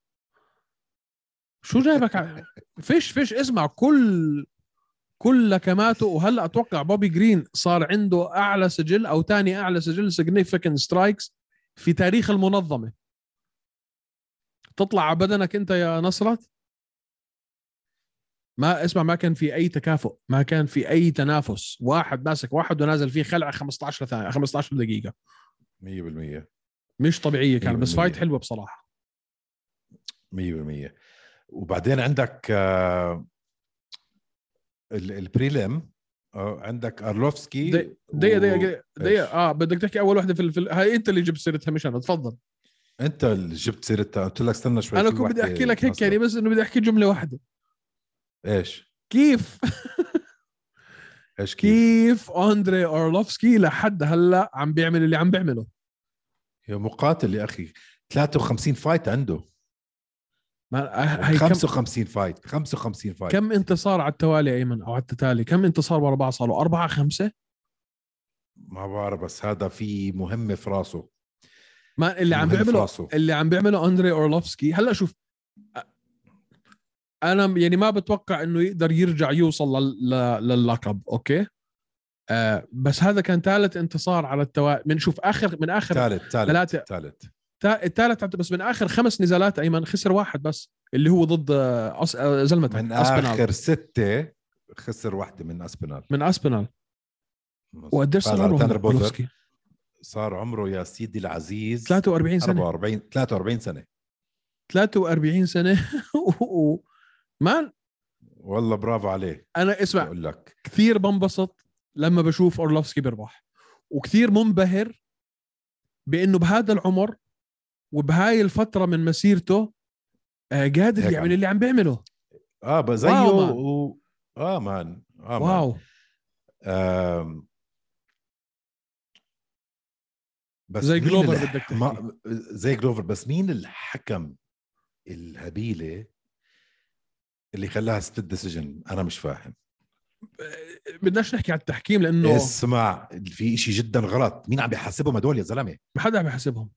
شو جايبك ع- فيش فيش اسمع كل كل لكماته وهلا اتوقع بوبي جرين صار عنده اعلى سجل او ثاني اعلى سجل significant سترايكس في تاريخ المنظمه تطلع على بدنك انت يا نصرت ما اسمع ما كان في اي تكافؤ ما كان في اي تنافس واحد ماسك واحد ونازل فيه خلع 15 ثانيه 15 دقيقه 100% مش طبيعيه كان بس 100%. فايت حلوه بصراحه 100% وبعدين عندك آه، ال- البريلم آه، عندك ارلوفسكي دقيقة- دقيقه و- دقيقه دقيقه اه بدك تحكي اول وحده في, ال... في ال... هاي انت اللي جبت سيرتها مش انا تفضل انت اللي جبت سيرتها قلت لك استنى شوي انا في كنت بدي واحدة احكي لك هيك نصرة. يعني بس انه بدي احكي جمله واحده ايش كيف ايش كيف كيف اندري اورلوفسكي لحد هلا عم بيعمل اللي عم بيعمله يا مقاتل يا اخي 53 فايت عنده ما هي كم 55 فايت 55 فايت كم انتصار على التوالي ايمن او على التتالي كم انتصار ورا بعض صار له اربعه خمسه ما بعرف بس هذا في مهمه في راسه ما اللي عم مهمة في بيعمله إيه، راسه. اللي عم بيعمله اندري اورلوفسكي هلا شوف أ- انا يعني ما بتوقع انه يقدر يرجع يوصل لل- ل- لللقب اوكي آه بس هذا كان ثالث انتصار على التوالي من شوف اخر من اخر ثالث ثالث ثلاثه ثالث تا- الثالث عبد- بس من اخر خمس نزالات ايمن خسر واحد بس اللي هو ضد آه، أس... آه، زلمتك من أسبينال. اخر سته خسر واحده من اسبينال من اسبينال وقديش صار فاز على عمره تاندر هذا بوزر. أورلوفسكي؟ صار عمره يا سيدي العزيز 43 سنه 44 43 سنه 43 سنه <laughs> و- و- مان والله برافو عليه انا اسمع بقول لك كثير بنبسط لما بشوف اورلوفسكي بيربح وكثير منبهر بانه بهذا العمر وبهاي الفتره من مسيرته آه، قادر هيك يعمل عم- اللي عم بيعمله اه بقى زيه واو مان. و... اه مان اه مان. واو آم، بس زي مين جلوفر الح- بدك تحكي. ما- زي جلوفر بس مين الحكم الهبيله اللي خلاها سبليت ديسيجن انا مش فاهم آه، بدناش نحكي على التحكيم لانه اسمع في شيء جدا غلط مين عم بيحاسبهم هدول يا زلمه ما حدا عم يحسبهم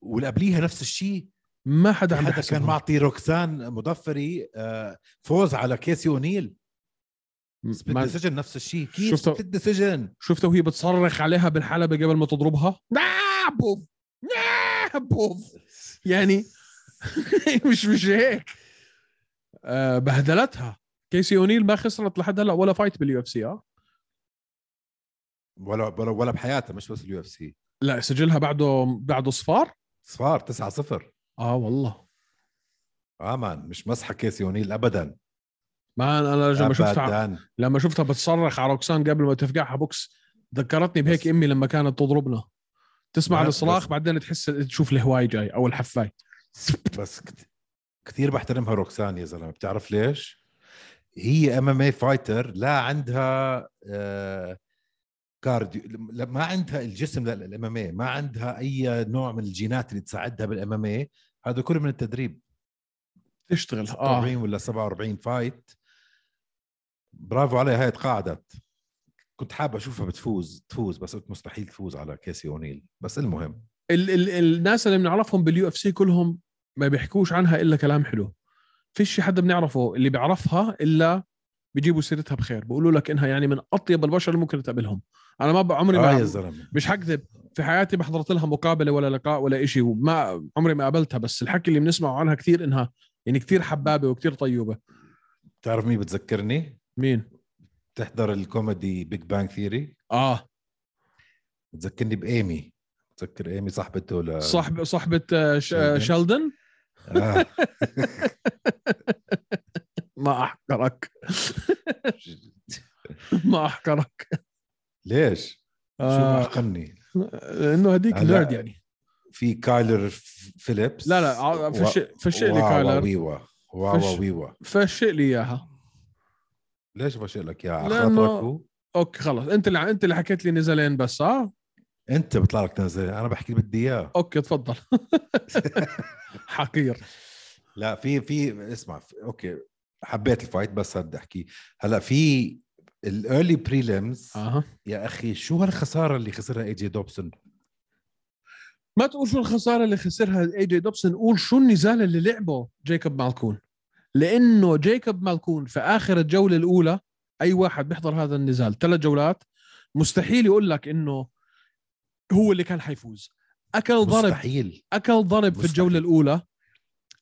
واللي قبليها نفس الشيء ما حدا عم حدا كان يحسبهم معطي روكسان مضفري آه، فوز على كيسي اونيل سبليت ما- ديسيجن نفس الشيء كيف شفته- سبليت ديسيجن شفته وهي بتصرخ عليها بالحلبه قبل ما تضربها آه، بوف آه، بوف يعني <laughs> مش مش هيك آه، بهدلتها كيسي اونيل ما خسرت لحد هلا ولا فايت باليو اف سي اه ولا ولا ولا بحياتها مش بس اليو اف سي لا سجلها بعده بعده صفار صفار 9 0 اه والله اه مان مش مسحه كيسي اونيل ابدا ما أنا- انا لما شفتها ابدا لما شفتها بتصرخ على روكسان قبل ما تفقعها بوكس ذكرتني بهيك بس- امي لما كانت تضربنا تسمع لا، الصراخ بس- بعدين تحس تشوف الهواي جاي او الحفاي بس كت- كثير بحترمها روكسان يا زلمه بتعرف ليش؟ هي ام ام اي فايتر لا عندها آه كارديو لا- ما عندها الجسم للام ام اي إيه، ما عندها اي نوع من الجينات اللي تساعدها بالام ام اي هذا كله من التدريب تشتغل اه 46 ولا 47 فايت برافو عليها هاي تقاعدت كنت حابة اشوفها بتفوز تفوز بس قلت مستحيل تفوز على كيسي اونيل بس المهم ال- ال- الناس اللي بنعرفهم باليو اف سي كلهم ما بيحكوش عنها الا كلام حلو فيش حدا بنعرفه اللي بيعرفها الا بيجيبوا سيرتها بخير بيقولوا لك انها يعني من اطيب البشر اللي ممكن تقابلهم انا ما ب- عمري اه ما يا زلمه مش حكذب في حياتي ما حضرت لها مقابله ولا لقاء ولا إشي وما عمري ما قابلتها بس الحكي اللي بنسمعه عنها كثير انها يعني كثير حبابه وكثير طيوبه بتعرف مين بتذكرني؟ مين بتحضر الكوميدي بيج بانج ثيري اه بتذكرني بايمي بتذكر ايمي صاحبته ل صاحب صاحبه آه، ش- آه، شيلدن. شيلدن <laughs> آه. ما احقرك ما احقرك ليش؟ شو آه محقني؟ انه هذيك هلا- نيرد يعني في كايلر ف- فيليبس لا لا آه، فش فش لي واوا كايلر ويوا واوا فش- ويوا فش لي اياها ليش بشيل لك يا لأنه- خاطرك هو؟ اوكي خلص انت اللي انت اللي حكيت لي نزلين بس اه انت بيطلع لك تنزل انا بحكي اللي بدي اياه اوكي تفضل <laughs> حقير لا في في اسمع في اوكي حبيت الفايت بس بدي احكي هلا في الايرلي بريليمز اها يا اخي شو هالخساره اللي خسرها اي جي دوبسون ما تقول شو الخساره اللي خسرها اي جي دوبسون قول شو النزال اللي لعبه جيكوب مالكون لانه جيكوب مالكون في اخر الجوله الاولى اي واحد بيحضر هذا النزال ثلاث جولات مستحيل يقول لك انه هو اللي كان حيفوز اكل ضرب مستحيل اكل ضرب في مستحيل. الجوله الاولى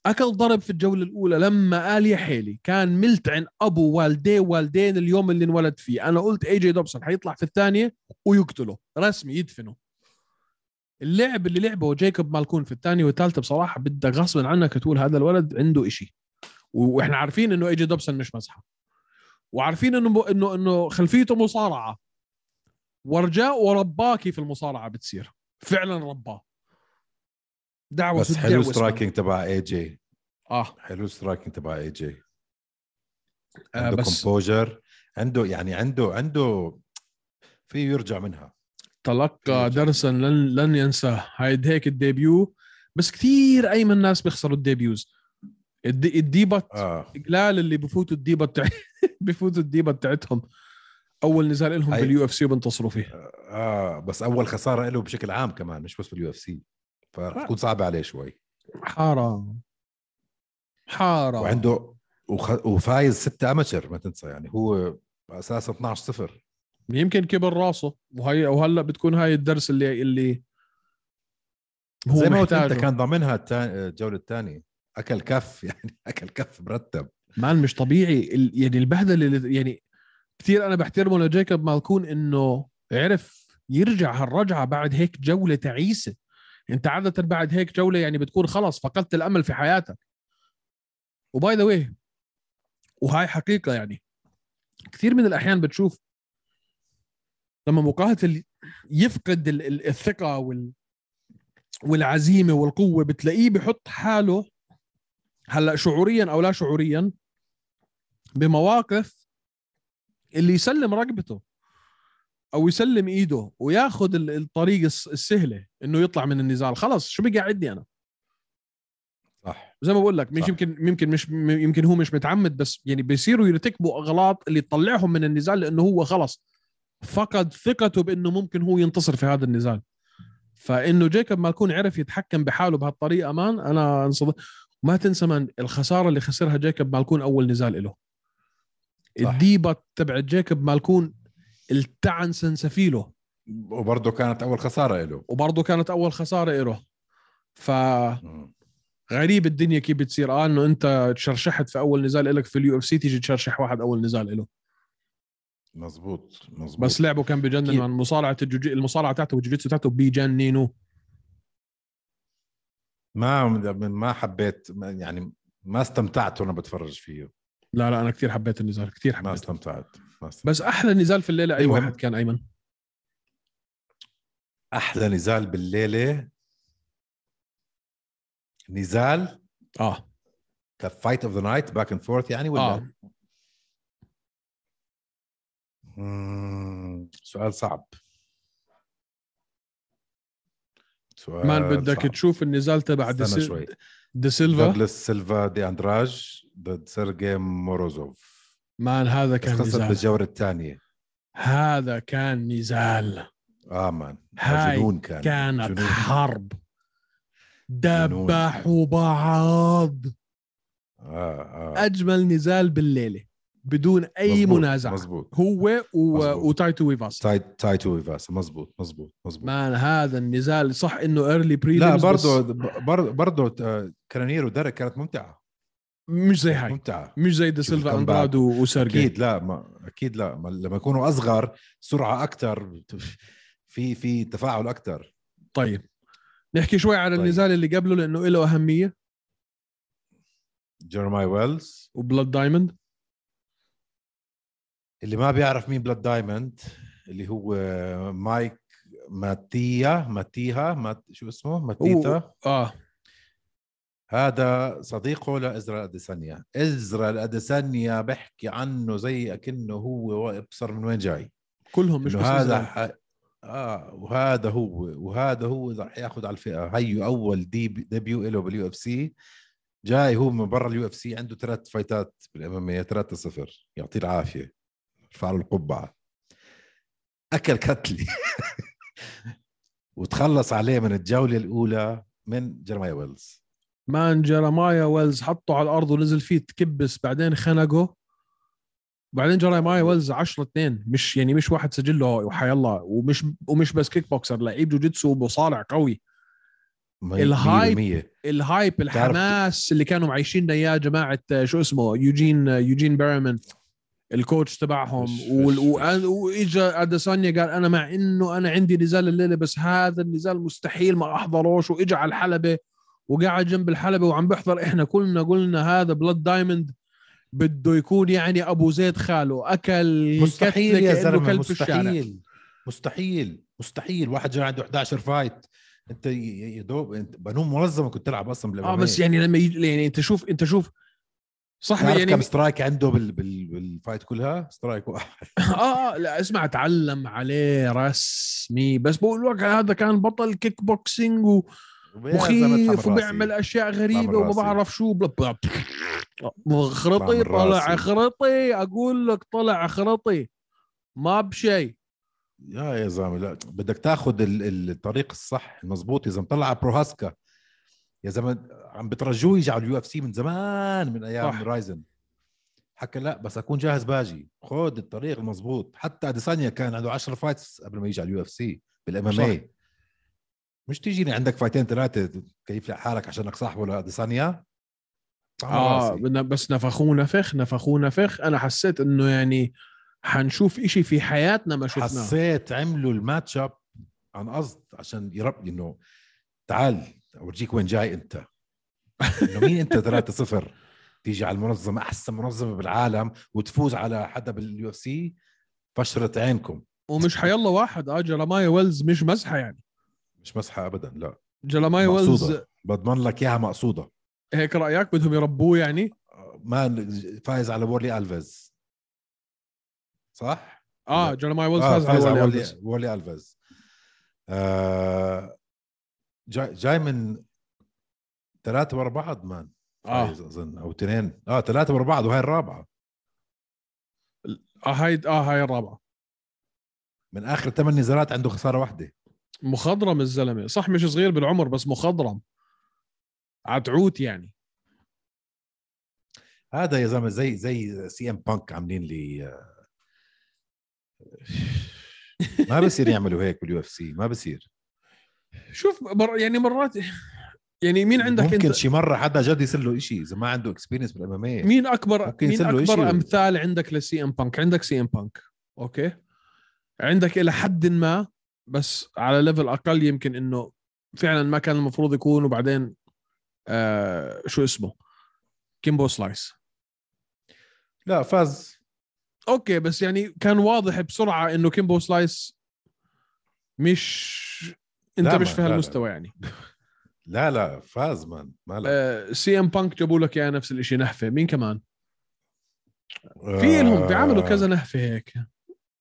اكل ضرب في الجوله الاولى لما قال يا حيلي كان ملتعن ابو والديه والدين اليوم اللي انولد فيه انا قلت اي جي دوبسون حيطلع في الثانيه ويقتله رسمي يدفنه اللعب اللي لعبه جيكوب مالكون في الثانيه والثالثه بصراحه بدك غصبا عنك تقول هذا الولد عنده إشي و- واحنا عارفين انه اي جي دوبسون مش مسحه وعارفين انه انه انه خلفيته مصارعه ورجاء ورباه كيف المصارعه بتصير فعلا رباه دعوه بس سد حلو دعوة اسمها. سترايكنج تبع اي جي اه حلو سترايكنج تبع اي جي آه، عنده بس كومبوجر عنده يعني عنده عنده في يرجع منها تلقى يرجع. درسا لن لن ينساه هيد هيك الديبيو بس كثير ايمن الناس بيخسروا الديبيوز الدي الديبت اه <laughs> قلال اللي بفوتوا الديبه بتاع بفوتوا الديبه بتاعتهم اول نزال لهم هاي- باليو اف سي وبنتصروا فيه اه بس اول خساره له بشكل عام كمان مش بس باليو اف آه. سي فرح تكون صعبه عليه شوي حرام حرام وعنده وخ... وفايز ستة اماتشر ما تنسى يعني هو اساسا 12 0 يمكن كبر راسه وهي وهلا بتكون هاي الدرس اللي اللي هو زي ما قلت انت محتاجه كان ضامنها التا- الجوله الثانيه اكل كف <laughs> يعني اكل كف مرتب مان مش طبيعي ال- يعني البهدله اللي يعني كثير انا بحترمه لجاكوب مالكون انه عرف يرجع هالرجعه بعد هيك جوله تعيسه انت عاده بعد هيك جوله يعني بتكون خلص فقدت الامل في حياتك وباي ذا واي وهاي حقيقه يعني كثير من الاحيان بتشوف لما مقاتل يفقد ال- ال- الثقه وال والعزيمه والقوه بتلاقيه بحط حاله هلا شعوريا او لا شعوريا بمواقف اللي يسلم رقبته او يسلم ايده وياخذ ال- الطريق الس- السهله انه يطلع من النزال خلص شو بيقعدني انا صح زي ما بقول لك مش صح. يمكن يمكن مش م- يمكن هو مش متعمد بس يعني بيصيروا يرتكبوا اغلاط اللي تطلعهم من النزال لانه هو خلص فقد ثقته بانه ممكن هو ينتصر في هذا النزال فانه جيكوب مالكون عرف يتحكم بحاله بهالطريقه مان انا انصدم ما تنسى مان الخساره اللي خسرها جيكوب مالكون اول نزال له صح. الديبت تبع جيكوب مالكون التعن سنسفيله وبرضه كانت اول خساره له وبرضه كانت اول خساره له ف غريب الدنيا كيف بتصير اه انه انت تشرشحت في اول نزال لك في اليو اف سي تيجي تشرشح واحد اول نزال له مزبوط مزبوط بس لعبه كان بجنن أكيد. من مصارعه الجوجي المصارعه تاعته والجوجيتسو تاعته بيجننوا ما ما حبيت ما- يعني ما استمتعت وانا بتفرج فيه لا لا انا كثير حبيت النزال كثير ما حبيت استمتعت ما استمتعت. بس احلى نزال في الليله اي المهم. واحد كان ايمن احلى نزال بالليله نزال اه كفايت اوف ذا نايت باك اند فورث يعني ولا اه آه. مم. سؤال صعب سؤال مان بدك آه، صعب. تشوف النزال تبع استنى دي, شوي. سيل... دي سيلفا دوغلاس سيلفا دي اندراج ضد سيرجي موروزوف مان هذا بس كان خسر نزال بالجوله الثانيه هذا كان نزال اه مان هاي جنون كان كانت جنون. حرب جنون. دبحوا بعض آه آه. اجمل نزال بالليله بدون اي مزبوط، منازع مزبوط هو و... مزبوط. وتايتو ويفاس تاي تايتو ايفاس مزبوط مزبوط مزبوط مان هذا النزال صح انه ايرلي بري لا برضه برضه برضه كرانير ودرك آه، كانت ممتعه مش زي هاي ممتعه مش زي دي شوف سيلفا الكمباك. اندراد و- وسيرجي اكيد لا ما اكيد لا ما لما يكونوا اصغر سرعه اكثر في في تفاعل اكثر طيب نحكي شوي عن طيب. النزال اللي قبله لانه له اهميه جيرماي ويلز وبلاد دايموند اللي ما بيعرف مين بلاد دايموند اللي هو مايك ماتيا ماتيها مات شو اسمه ماتيتا اه هذا صديقه لازرائيل اديسانيا ازرائيل اديسانيا بحكي عنه زي كأنه هو ابصر من وين جاي كلهم مش مش بس هذا نزال. ح... اه وهذا هو وهذا هو رح ياخذ على الفئه هيو اول دي ديبيو له باليو اف سي جاي هو من برا اليو اف سي عنده ثلاث فايتات بالاماميه 3 0 يعطيه العافيه ارفع له القبعه اكل كتله <laughs> وتخلص عليه من الجوله الاولى من جيرماي ويلز مان جيرمايا ويلز حطه على الارض ونزل فيه تكبس بعدين خنقه بعدين جيرمايا ويلز 10 2 مش يعني مش واحد سجله وحيالله ومش ومش بس كيك بوكسر لعيب جوجيتسو ومصارع قوي مية- الهايب. مية بالمية. الهايب الحماس اللي كانوا عايشين اياه جماعه آه، شو اسمه يوجين آه، يوجين بيرمان الكوتش تبعهم فش- وال- فش- وأن- فش. واجا اديسانيا قال انا مع انه انا عندي نزال الليله بس هذا النزال مستحيل ما احضروش واجا على الحلبه وقعد جنب الحلبه وعم بحضر احنا كلنا قلنا هذا بلاد دايموند بده يكون يعني ابو زيد خاله اكل مستحيل كتلة يا كأنه زلمه كلب في الشارع. مستحيل مستحيل مستحيل واحد جاي عنده 11 فايت انت ي- ي- يا دوب انت بنون منظمه كنت تلعب اصلا بالاماميه اه بس يعني لما يجي يعني انت شوف انت شوف صح تعرف يعني كم سترايك عنده بال... بال... بالفايت كلها سترايك واحد اه اه لا اسمع تعلم عليه رسمي بس بقول لك هذا كان بطل كيك بوكسينج و- يا زلمة اتحمل وخيف راسي. وبيعمل اشياء غريبه وما راسي. بعرف شو بلا- بلا- خرطي بعمل طلع راسي. خرطي اقول لك طلع خرطي ما بشيء يا يا زلمه لا بدك تاخذ ال- ال- الطريق الصح المزبوط يا زلمه طلع على بروهاسكا يا زلمه عم بترجوه يجي على اليو اف سي من زمان من ايام صح. صح. رايزن حكى لا بس اكون جاهز باجي خذ الطريق المزبوط حتى اديسانيا كان عنده 10 فايتس قبل ما يجي على اليو اف سي بالام ام صح. اي مش تيجيني عندك فايتين ثلاثه كيف حالك عشانك صاحبه لاديسانيا اه بدنا- بس نفخونا فخ نفخونا فخ انا حسيت انه يعني حنشوف إشي في حياتنا ما شفناه حسيت عملوا الماتش اب عن قصد عشان يرب انه تعال اورجيك وين جاي انت انه مين انت 3 0 تيجي على المنظمه احسن منظمه بالعالم وتفوز على حدا باليو اف سي فشرت عينكم ومش حيلا واحد اه جرمايا ويلز مش مزحه يعني مش مسحه ابدا لا جرمايا ويلز مقصوده بضمن لك اياها مقصوده هيك رايك بدهم يربوه يعني ما فايز على وورلي الفيز صح؟ اه لا. جرمايا ويلز آه، فاز على ويلي وولي- ألفيس. وولي الفيز آه، جاي جاي من ثلاثة ورا بعض مان آه. فايز اظن او اثنين اه ثلاثة ورا بعض وهي الرابعة اه هاي اه هاي الرابعه من اخر ثمان نزالات عنده خسارة واحدة مخضرم الزلمه صح مش صغير بالعمر بس مخضرم عتعوت يعني هذا يا زلمة زي زي سي ام بانك عاملين لي آه، ما بصير يعملوا هيك باليو اف سي ما بصير شوف مر يعني مرات يعني مين عندك ممكن انت شي مرة حدا جد يصير له شيء اذا ما عنده اكسبيرينس بالام مين اكبر ممكن مين يصير له اكبر إشي. امثال عندك لسي ام بانك عندك سي ام بانك اوكي عندك الى حد ما بس على ليفل اقل يمكن انه فعلا ما كان المفروض يكون وبعدين آه شو اسمه كيمبو سلايس لا فاز اوكي بس يعني كان واضح بسرعه انه كيمبو سلايس مش انت لا مش ما- في لا لا. هالمستوى يعني لا لا فاز مان ما لا آه سي ام بانك جابوا لك اياه نفس الشيء نحفه مين كمان في آه. لهم بيعملوا كذا نحفه هيك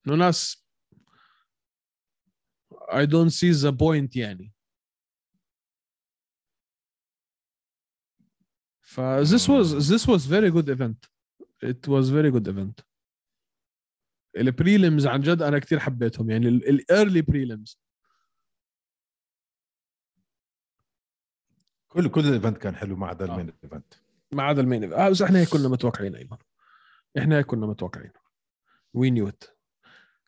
انه ناس اي دونت سي ذا بوينت يعني ف this was آه. this was very good event it was very good event البريليمز عن جد انا كثير حبيتهم يعني الايرلي بريليمز كل كل الايفنت كان حلو ما عدا آه. المين ايفنت ما عدا المين إيفنت. آه بس احنا هيك كنا متوقعين ايمن احنا هيك كنا متوقعين وي نيو ات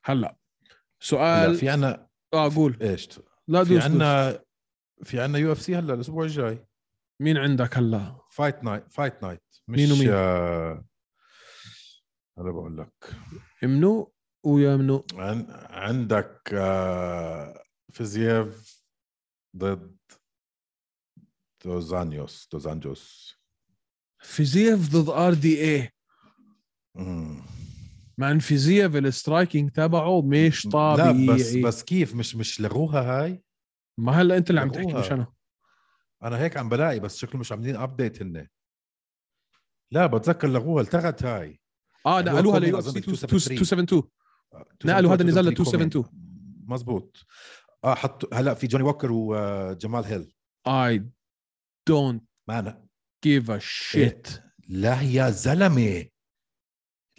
هلا هلا سؤال في عنا اه قول ايش لا في دوس عنا... عنا في عنا يو اف سي هلا الاسبوع الجاي مين عندك هلا فايت نايت فايت نايت مش مين ومين؟ آه، هلا بقول لك منو ويا منو عن... عندك آه، فيزييف ضد دوزانيوس دوزانجوس فيزيف ضد ار دي إيه. اي مم. مان فيزيف السترايكينج تبعه مش طبيعي لا بس بس كيف مش مش لغوها هاي ما هلا انت اللي عم تحكي لغوها. مش انا انا هيك عم بلاقي بس شكله مش عاملين ابديت هن لا بتذكر لغوها التغت هاي اه لغوها نقلوها ليو كومن اف سي أظن 272 آه، 272 هذا النزال ل 272. 272. مزبوط اه حط هلا في جوني ووكر وجمال هيل اي دونت معنا جيف ا إيه. شيت لا يا زلمه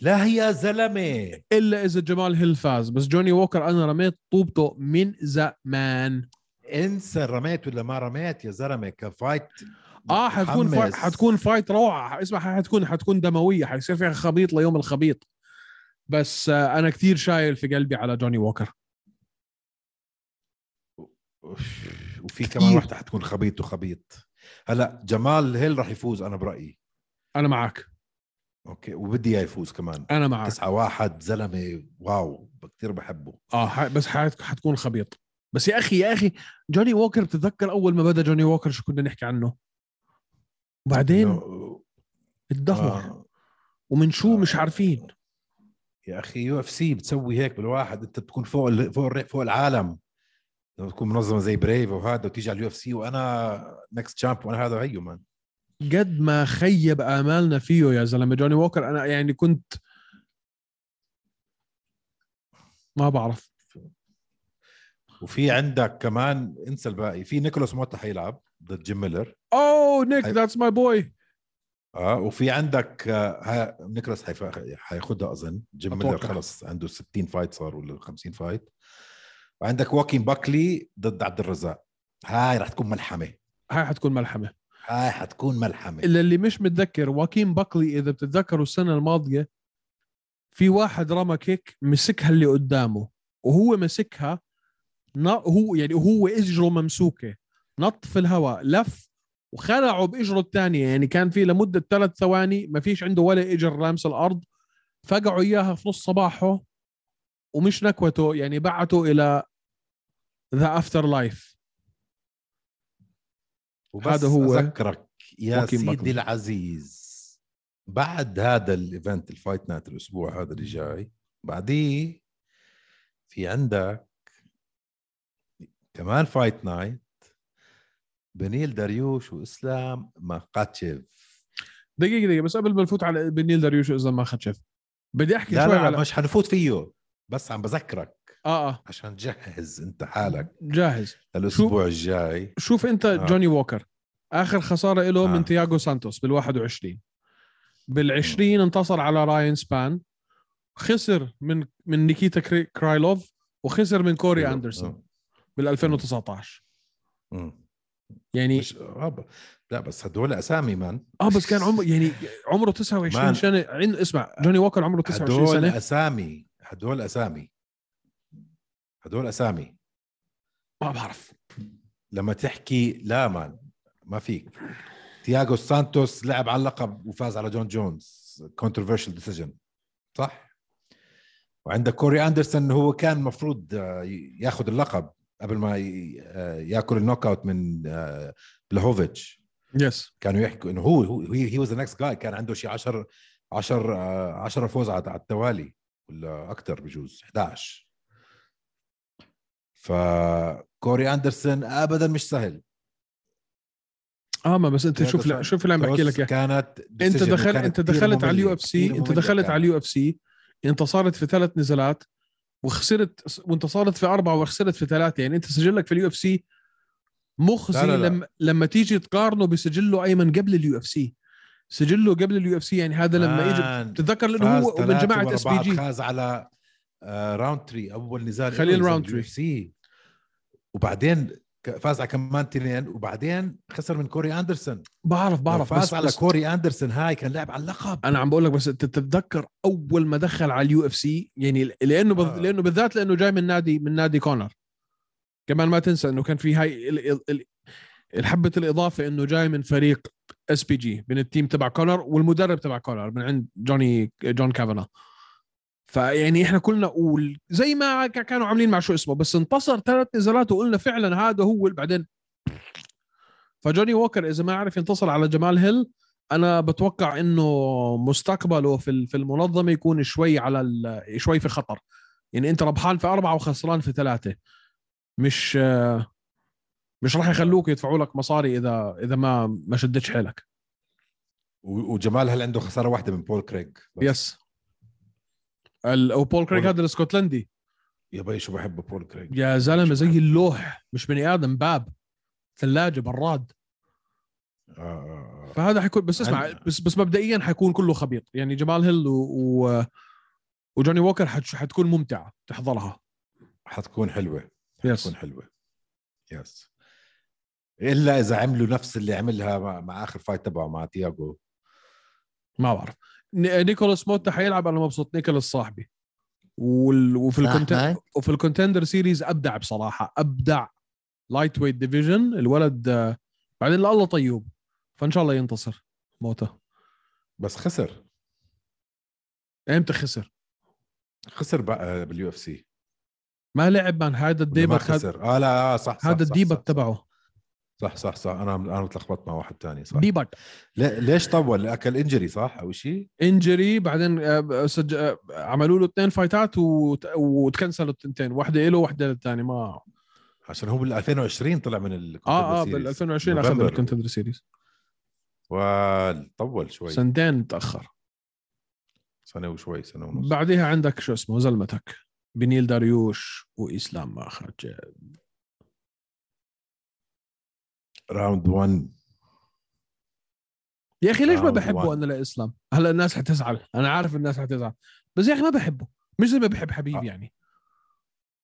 لا يا زلمه الا اذا جمال هيل فاز بس جوني ووكر انا رميت طوبته من زمان انسى رميت ولا ما رميت يا زلمه كفايت اه حتكون فايت متحمس. حتكون فايت روعه اسمع حتكون حتكون دمويه حيصير فيها خبيط ليوم الخبيط بس آه انا كثير شايل في قلبي على جوني ووكر أوف. وفي كتير. كمان واحده حتكون خبيط وخبيط هلا جمال هيل راح يفوز انا برايي انا معك اوكي وبدي اياه يفوز كمان انا معك تسعة واحد زلمه واو كثير بحبه اه ح- بس حت- حتكون خبيط بس يا اخي يا اخي جوني ووكر بتتذكر اول ما بدا جوني ووكر شو كنا نحكي عنه وبعدين إنه- اتدهور آه. ومن شو آه. مش عارفين يا اخي يو اف سي بتسوي هيك بالواحد انت بتكون فوق ال... فوق ال... فوق العالم لما تكون منظمه زي بريف وهذا وتيجي على اليو اف سي وانا نكست شامب وانا هذا هيو مان قد ما خيب امالنا فيه يا زلمه جوني ووكر انا يعني كنت ما بعرف وفي عندك كمان انسى الباقي في نيكولاس موتا حيلعب ضد جيم ميلر اوه نيك I- ذاتس ماي بوي اه وفي عندك آه، ها- نيكلاس حيف- حياخدها اظن جيم ميلر أتوقع. خلص عنده 60 فايت صار ولا 50 فايت وعندك واكين باكلي ضد عبد الرزاق هاي رح تكون ملحمه هاي حتكون ملحمه هاي حتكون ملحمه للي مش متذكر واكين باكلي اذا بتتذكروا السنه الماضيه في واحد رمى كيك مسكها اللي قدامه وهو مسكها ن- هو يعني هو اجره ممسوكه نط في الهواء لف وخلعه باجره الثانيه يعني كان في لمده ثلاث ثواني ما فيش عنده ولا اجر لامس الارض فقعوا اياها في نص صباحه ومش نكوته يعني بعته الى ذا افتر لايف وبس هذا هو اذكرك يا واكين سيدي باكلي. العزيز بعد هذا الايفنت الفايت نايت الاسبوع هذا اللي جاي بعديه في عندك كمان فايت نايت بنيل داريوش واسلام مقاتشيف دقيقه دقيقه بس قبل ما نفوت على بنيل داريوش اذا ما خدشف بدي احكي لا شوي لا على مش حنفوت فيه بس عم بذكرك اه اه عشان تجهز انت حالك جاهز الاسبوع الجاي شوف انت آه. آه. جوني ووكر اخر خساره له آه. آه. من تياغو سانتوس بال21 بال20 انتصر على راين سبان خسر من من نيكيتا كري... كرايلوف وخسر من كوري اندرسون بال2019 مم. يعني مش آه، ب- لا بس هدول اسامي من اه بس كان عمره يعني عمره 29 مان. سنه عند اسمع جوني ووكر عمره 29 هدول سنه اسامي هدول اسامي هدول اسامي ما آه، بعرف لما تحكي لا مان ما فيك تياغو سانتوس لعب على اللقب وفاز على جون جونز كونتروفيرشال ديسيجن صح وعندك كوري اندرسون هو كان المفروض ياخذ اللقب قبل ما ي- آه، ياكل النوك اوت من آه، بلهوفيتش يس كانوا يحكوا انه هو هو هي واز ذا نكست جاي كان عنده شيء 10 10 10 آه، فوز على على التوالي ولا اكثر بجوز 11 فكوري اندرسون ابدا مش سهل اه ما بس انت تياغو شوف لا سانتوس شوف اللي عم بحكي لك إياه. كانت انت decision دخلت وكانت انت كتير دخلت على مملة، اليو اف سي كتير يعني. انت مملة دخلت على كانت. اليو اف سي انتصرت في ثلاث نزالات وخسرت وانتصرت في اربعه وخسرت في ثلاثه يعني انت سجلك في اليو اف سي مخزي لا لا لا. لما لما تيجي تقارنه بسجله ايمن قبل اليو اف سي سجله قبل اليو اف سي يعني هذا لما يجي مان، بتتذكر لانه آه. فاز هو ومن ثلاثة جماعه ورا اس بي بعض جي فاز على آه، راوند تري اول نزال خليل راوند تري. سي وبعدين ك- فاز على كمان تنين وبعدين خسر من كوري اندرسون بعرف بعرف فاز بس, على بس كوري اندرسون هاي كان لاعب على اللقب انا عم بقول لك بس انت تتذكر اول ما دخل على اليو اف سي يعني لانه بذ... آه. لانه بالذات لانه جاي من نادي من نادي كونر كمان ما تنسى انه كان في هاي ال... ال... ال... الحبه الاضافه انه جاي من فريق اس بي جي من التيم تبع كونر والمدرب تبع كونر من عند جوني جون كافانا فيعني احنا كلنا قول زي ما ك- كانوا عاملين مع شو اسمه بس انتصر ثلاث نزالات وقلنا فعلا هذا هو بعدين فجوني ووكر اذا ما عرف ينتصر على جمال هيل انا بتوقع انه مستقبله في ال- في المنظمه يكون شوي على ال- شوي في خطر يعني انت ربحان في اربعه وخسران في ثلاثه مش مش راح يخلوك يدفعوا لك مصاري اذا اذا ما ما شدتش حيلك و- وجمال هل عنده خساره واحده من بول كريج بس. يس ال- وبول كريك ولا- هذا الاسكتلندي يا بي شو بحب بول كريج يا زلمه زي اللوح مش بني ادم باب ثلاجه براد آه آه آه. فهذا حيكون بس اسمع عن- بس بس مبدئيا حيكون كله خبيط يعني جمال هيل و, و وجوني ووكر حت- حتكون ممتعه تحضرها حتكون حلوه يس حتكون حلوه يس الا اذا عملوا نفس اللي عملها مع, مع اخر فايت تبعه مع تياجو ما بعرف ن- نيكولاس موتا حيلعب انا مبسوط نيكولاس صاحبي وال... وفي الكونت... وفي الكونتندر سيريز ابدع بصراحه ابدع لايت ويت ديفيجن الولد آه، بعدين لا الله طيوب فان شاء الله ينتصر موتا بس خسر امتى خسر خسر بقى باليو اف سي ما لعب من هذا ديبا الديبت هذا- خسر اه لا آه صح صح هذا صح الديبت صح تبعه صح صح صح انا انا تلخبطت مع واحد تاني صح ديبت لي- ليش طول اكل انجري صح او شيء انجري بعدين آه، سج... آه، عملوا له اثنين فايتات وت... وتكنسلوا التنتين واحده له واحده للثاني ما عشان هو بال 2020 طلع من ال اه اه بال 2020 اخذ الكونتندر سيريز وطول شوي سنتين تاخر سنه وشوي سنه ونص بعدها عندك شو اسمه زلمتك بنيل داريوش واسلام ما خرج راوند 1 يا اخي ليش ما أعوذ بحبه بالله. انا للاسلام هلا الناس حتزعل انا عارف الناس حتزعل بس يا اخي ما بحبه مش زي ما بحب حبيب آه. يعني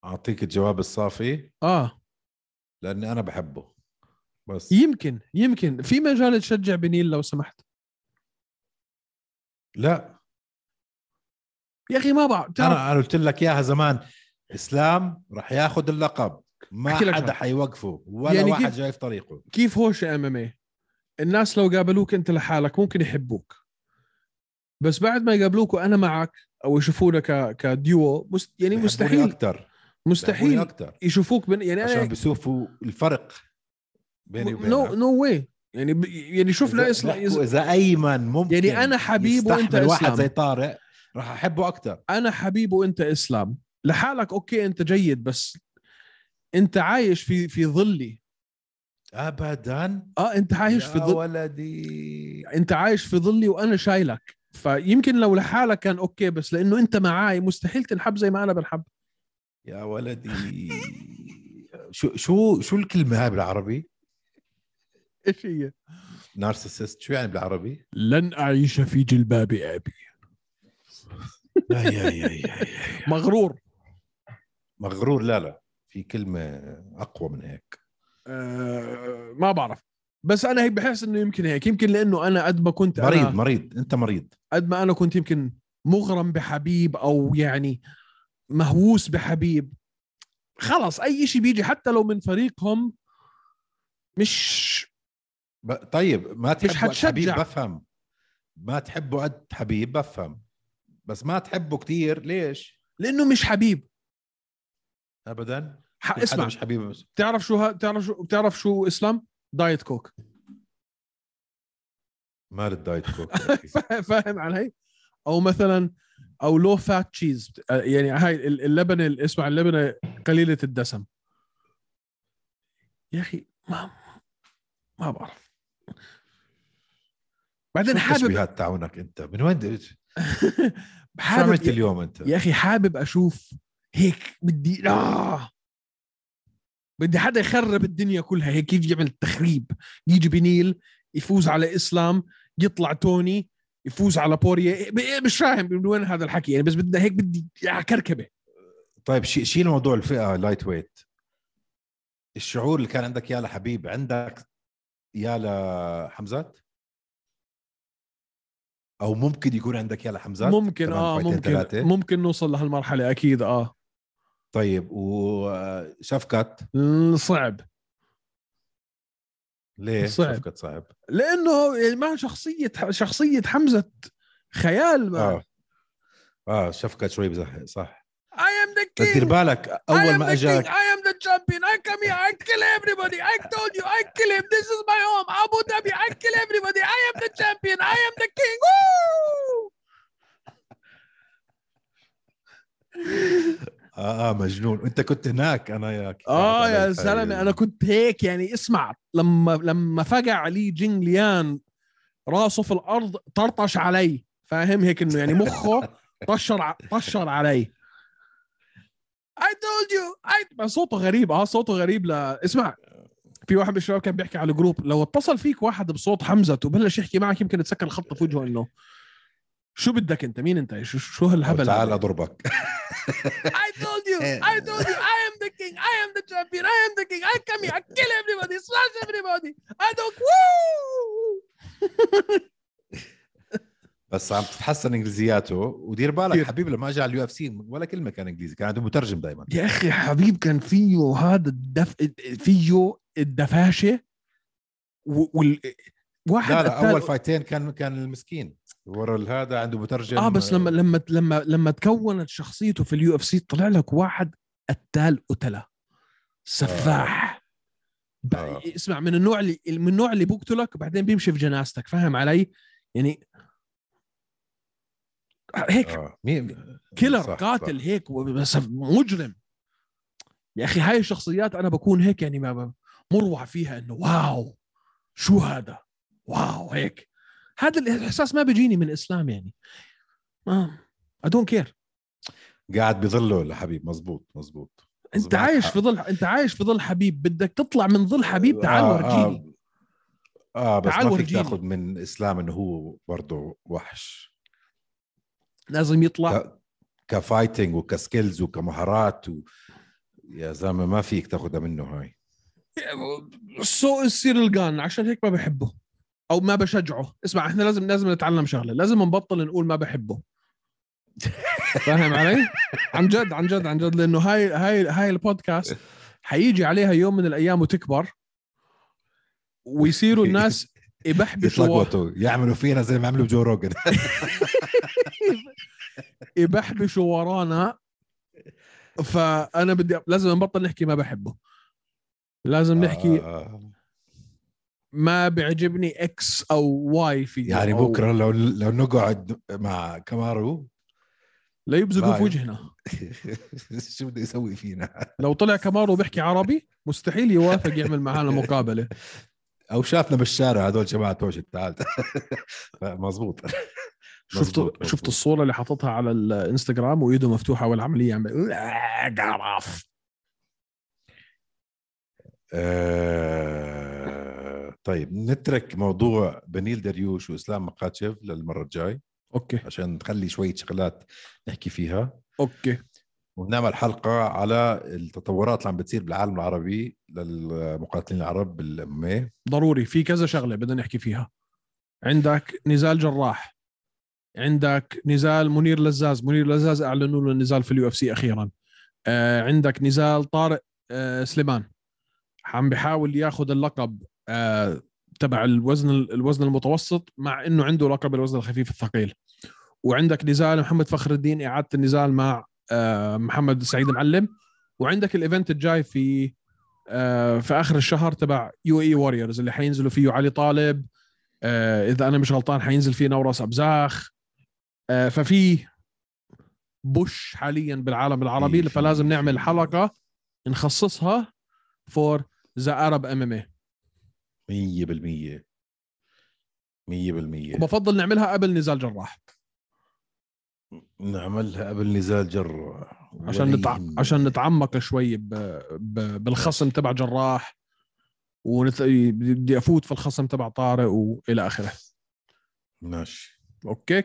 اعطيك الجواب الصافي اه لاني انا بحبه بس يمكن يمكن في مجال تشجع بنيل لو سمحت لا يا اخي ما بعرف تعرف انا انا قلت لك اياها زمان اسلام راح ياخذ اللقب ما أحكي لك حدا حاجة. حيوقفه ولا يعني يعني واحد كيف- جاي في طريقه كيف هوش ام ام اي الناس لو قابلوك انت لحالك ممكن يحبوك بس بعد ما يقابلوك وانا معك او يشوفونا ك كديو مست... يعني مستحيل اكثر مستحيل اكثر يشوفوك بن... يعني عشان انا بيشوفوا الفرق بيني وبينك نو نو واي يعني ب... يعني شوف لا إذا- اسلام بيحكوا اذا ايمن ممكن يعني انا حبيب وانت يستحمل واحد زي اسلام طارق راح احبه اكثر انا حبيب وانت اسلام لحالك اوكي انت جيد بس انت عايش في في ظلي ابدا اه انت عايش يا في ظل ولدي انت عايش في ظلي وانا شايلك فيمكن لو لحالك كان اوكي بس لانه انت معاي مستحيل تنحب زي ما انا بنحب يا ولدي شو شو شو الكلمه هاي بالعربي ايش هي نارسيسست شو يعني بالعربي لن اعيش في جلباب ابي لا يا يا يا مغرور مغرور لا لا في كلمه اقوى من هيك آه ما بعرف بس انا هيك بحس انه يمكن هيك يمكن لانه انا قد ما كنت أنا- مريض مريض انت مريض قد ما انا كنت يمكن مغرم بحبيب او يعني مهووس بحبيب خلص اي شيء بيجي حتى لو من فريقهم مش ب- طيب ما تحبه قد حتشجع. حبيب بفهم ما تحبه قد حبيب بفهم بس ما تحبه كثير ليش لانه مش حبيب ابدا ح- في حدا اسمع مش حبيب بتعرف شو ها بتعرف شو بتعرف شو اسلام دايت كوك مال الدايت كوك فاهم علي او مثلا او لو فات تشيز يعني هاي ال- اللبنه اللي اسمع اللبنه قليله الدسم يا اخي ما ما بعرف <laughs> بعدين حابب التشبيهات تاعونك انت من وين د- شو عملت حابب اليوم انت يا اخي حابب اشوف هيك بدي آه بدي حدا يخرب الدنيا كلها هيك يجي يعمل تخريب يجي بنيل يفوز على اسلام يطلع توني يفوز على بوريا ب- إيه مش فاهم من وين هذا الحكي يعني بس بدنا هيك بدي آه، كركبه طيب شي- شيل موضوع الفئه لايت ويت الشعور اللي كان عندك يا لحبيب عندك يا لحمزات او ممكن يكون عندك يا لحمزات ممكن كمان اه فايتين ممكن ثلاثة. ممكن نوصل لهالمرحله اكيد اه طيب وشفكت م- صعب ليه صعب. شفكت صعب لانه يعني مع شخصيه شخصيه حمزه خيال اه اه شفكت شوي بزهق صح اي ام ذا بس دير بالك I اول Oh, am ما the اجاك king. I am the champion. I come here. I kill everybody. I told you. I kill him. This is my home. Abu Dhabi. I kill everybody. I am the champion. I am the king. Woo! اه اه مجنون انت كنت هناك انا ياك طيب، اه يا زلمه انا كنت هيك يعني اسمع لما لما فقع علي جين ليان راسه في الارض طرطش علي فاهم هيك انه يعني مخه طشر ع- طشر علي I told you I... بس صوته غريب اه صوته غريب لا اسمع في واحد من الشباب كان بيحكي على الجروب لو اتصل فيك واحد بصوت حمزه وبلش يحكي معك يمكن تسكر الخط في وجهه انه شو بدك انت مين انت شو, شو هالهبل تعال هذا؟ اضربك I told you, Eh. I told you, I am the king, I am the champion, I am the king. I come here, I kill everybody, slash everybody. I don't woo. بس عم تتحسن انجليزياته ودير بالك كتير. حبيبي لما اجى على اليو اف سي ولا كلمه كان انجليزي كان عنده مترجم دائما يا اخي حبيب كان فيه هذا الدف فيه الدفاشه و- وال واحد لا لا قتال- اول فايتين كان كان المسكين ورا هذا عنده مترجم اه بس لما لما لما لما تكونت شخصيته في اليو اف سي طلع لك واحد قتال قتله سفاح ب- آه. اسمع من النوع اللي من النوع اللي بقتلك بعدين بيمشي في جنازتك فاهم علي؟ يعني هيك آه. مين كيلر صح، قاتل صح. هيك و- بس مجرم يا اخي هاي الشخصيات انا بكون هيك يعني ما- ما- مروع فيها انه واو شو هذا واو هيك هذا الاحساس ما بيجيني من اسلام يعني ما اي دونت كير قاعد بظله لحبيب مزبوط مزبوط انت مزبوط. عايش في ظل انت عايش في ظل حبيب بدك تطلع من ظل حبيب تعال آه، ورجيني آه. اه بس تعال ما فيك ورجيني. تاخذ من اسلام انه هو برضه وحش لازم يطلع ك- كفايتنج وكسكيلز وكمهارات و... يا زلمه ما فيك تاخذها منه هاي سوء السير الجان عشان هيك ما بحبه او ما بشجعه اسمع احنا لازم لازم نتعلم شغله لازم نبطل نقول ما بحبه فاهم علي عن جد عن جد عن جد لانه هاي هاي هاي البودكاست حيجي عليها يوم من الايام وتكبر ويصيروا <laughs> الناس يبحبشوا يتلقطوا يعملوا فينا زي ما عملوا بجو روجن يبحبشوا ورانا فانا بدي لازم نبطل نحكي ما بحبه لازم نحكي <laughs> آه. ما بيعجبني اكس او واي في يعني بكره لو لو نقعد مع كامارو لا يبزقوا لايف. في وجهنا <laughs> شو بده يسوي فينا لو طلع كامارو بيحكي عربي مستحيل يوافق يعمل معانا مقابله او شافنا بالشارع هذول جماعه توشك <laughs> تعال مزبوط شفتوا شفتوا الصوره اللي حاططها على الانستغرام وايده مفتوحه والعمليه عمل قرف آه... طيب نترك موضوع بنيل دريوش واسلام مقاتشف للمره الجاي اوكي عشان نخلي شويه شغلات نحكي فيها اوكي ونعمل حلقه على التطورات اللي عم بتصير بالعالم العربي للمقاتلين العرب إيه. بالمي ضروري في كذا شغله بدنا نحكي فيها عندك نزال جراح عندك نزال منير لزاز منير لزاز اعلنوا له النزال في اليو اف سي اخيرا آه عندك نزال طارق آه سليمان عم بحاول ياخذ اللقب آه تبع الوزن الوزن المتوسط مع انه عنده لقب الوزن الخفيف الثقيل وعندك نزال محمد فخر الدين اعاده النزال مع آه محمد سعيد معلم وعندك الايفنت الجاي في آه، في اخر الشهر تبع يو اي واريورز اللي حينزلوا فيه علي طالب آه، اذا انا مش غلطان حينزل فيه نوراس ابزاخ آه، ففي بوش حاليا بالعالم العربي في- فلازم في- نعمل في- حلقه نخصصها فور ذا ارب ام ام 100% 100% وبفضل نعملها قبل نزال جراح نعملها قبل نزال جر عشان نتع... عشان نتعمق شوي ب... ب... بالخصم تبع جراح ونت... بدي افوت في الخصم تبع طارق والى اخره ماشي اوكي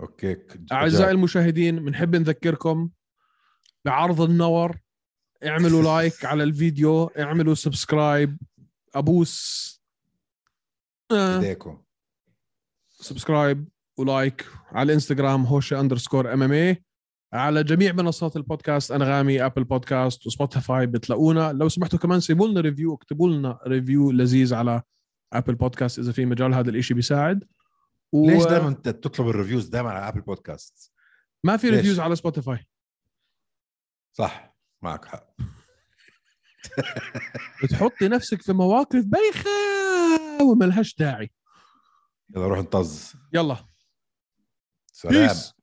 اوكي اعزائي المشاهدين بنحب نذكركم بعرض النور اعملوا لايك على الفيديو اعملوا سبسكرايب ابوس آه. ايديكم سبسكرايب ولايك على الانستغرام هوشه اندرسكور ام ام اي على جميع منصات البودكاست انغامي ابل بودكاست وسبوتيفاي بتلاقونا لو سمحتوا كمان سيبوا لنا ريفيو اكتبوا لنا ريفيو لذيذ على ابل بودكاست اذا في مجال هذا الاشي بيساعد و... ليش دائما انت بتطلب الريفيوز دائما على ابل بودكاست ما في ليش؟ ريفيوز على سبوتيفاي صح معك حق بتحطي نفسك في مواقف بايخه وملهاش داعي يلا روح نطز يلا سلام بيس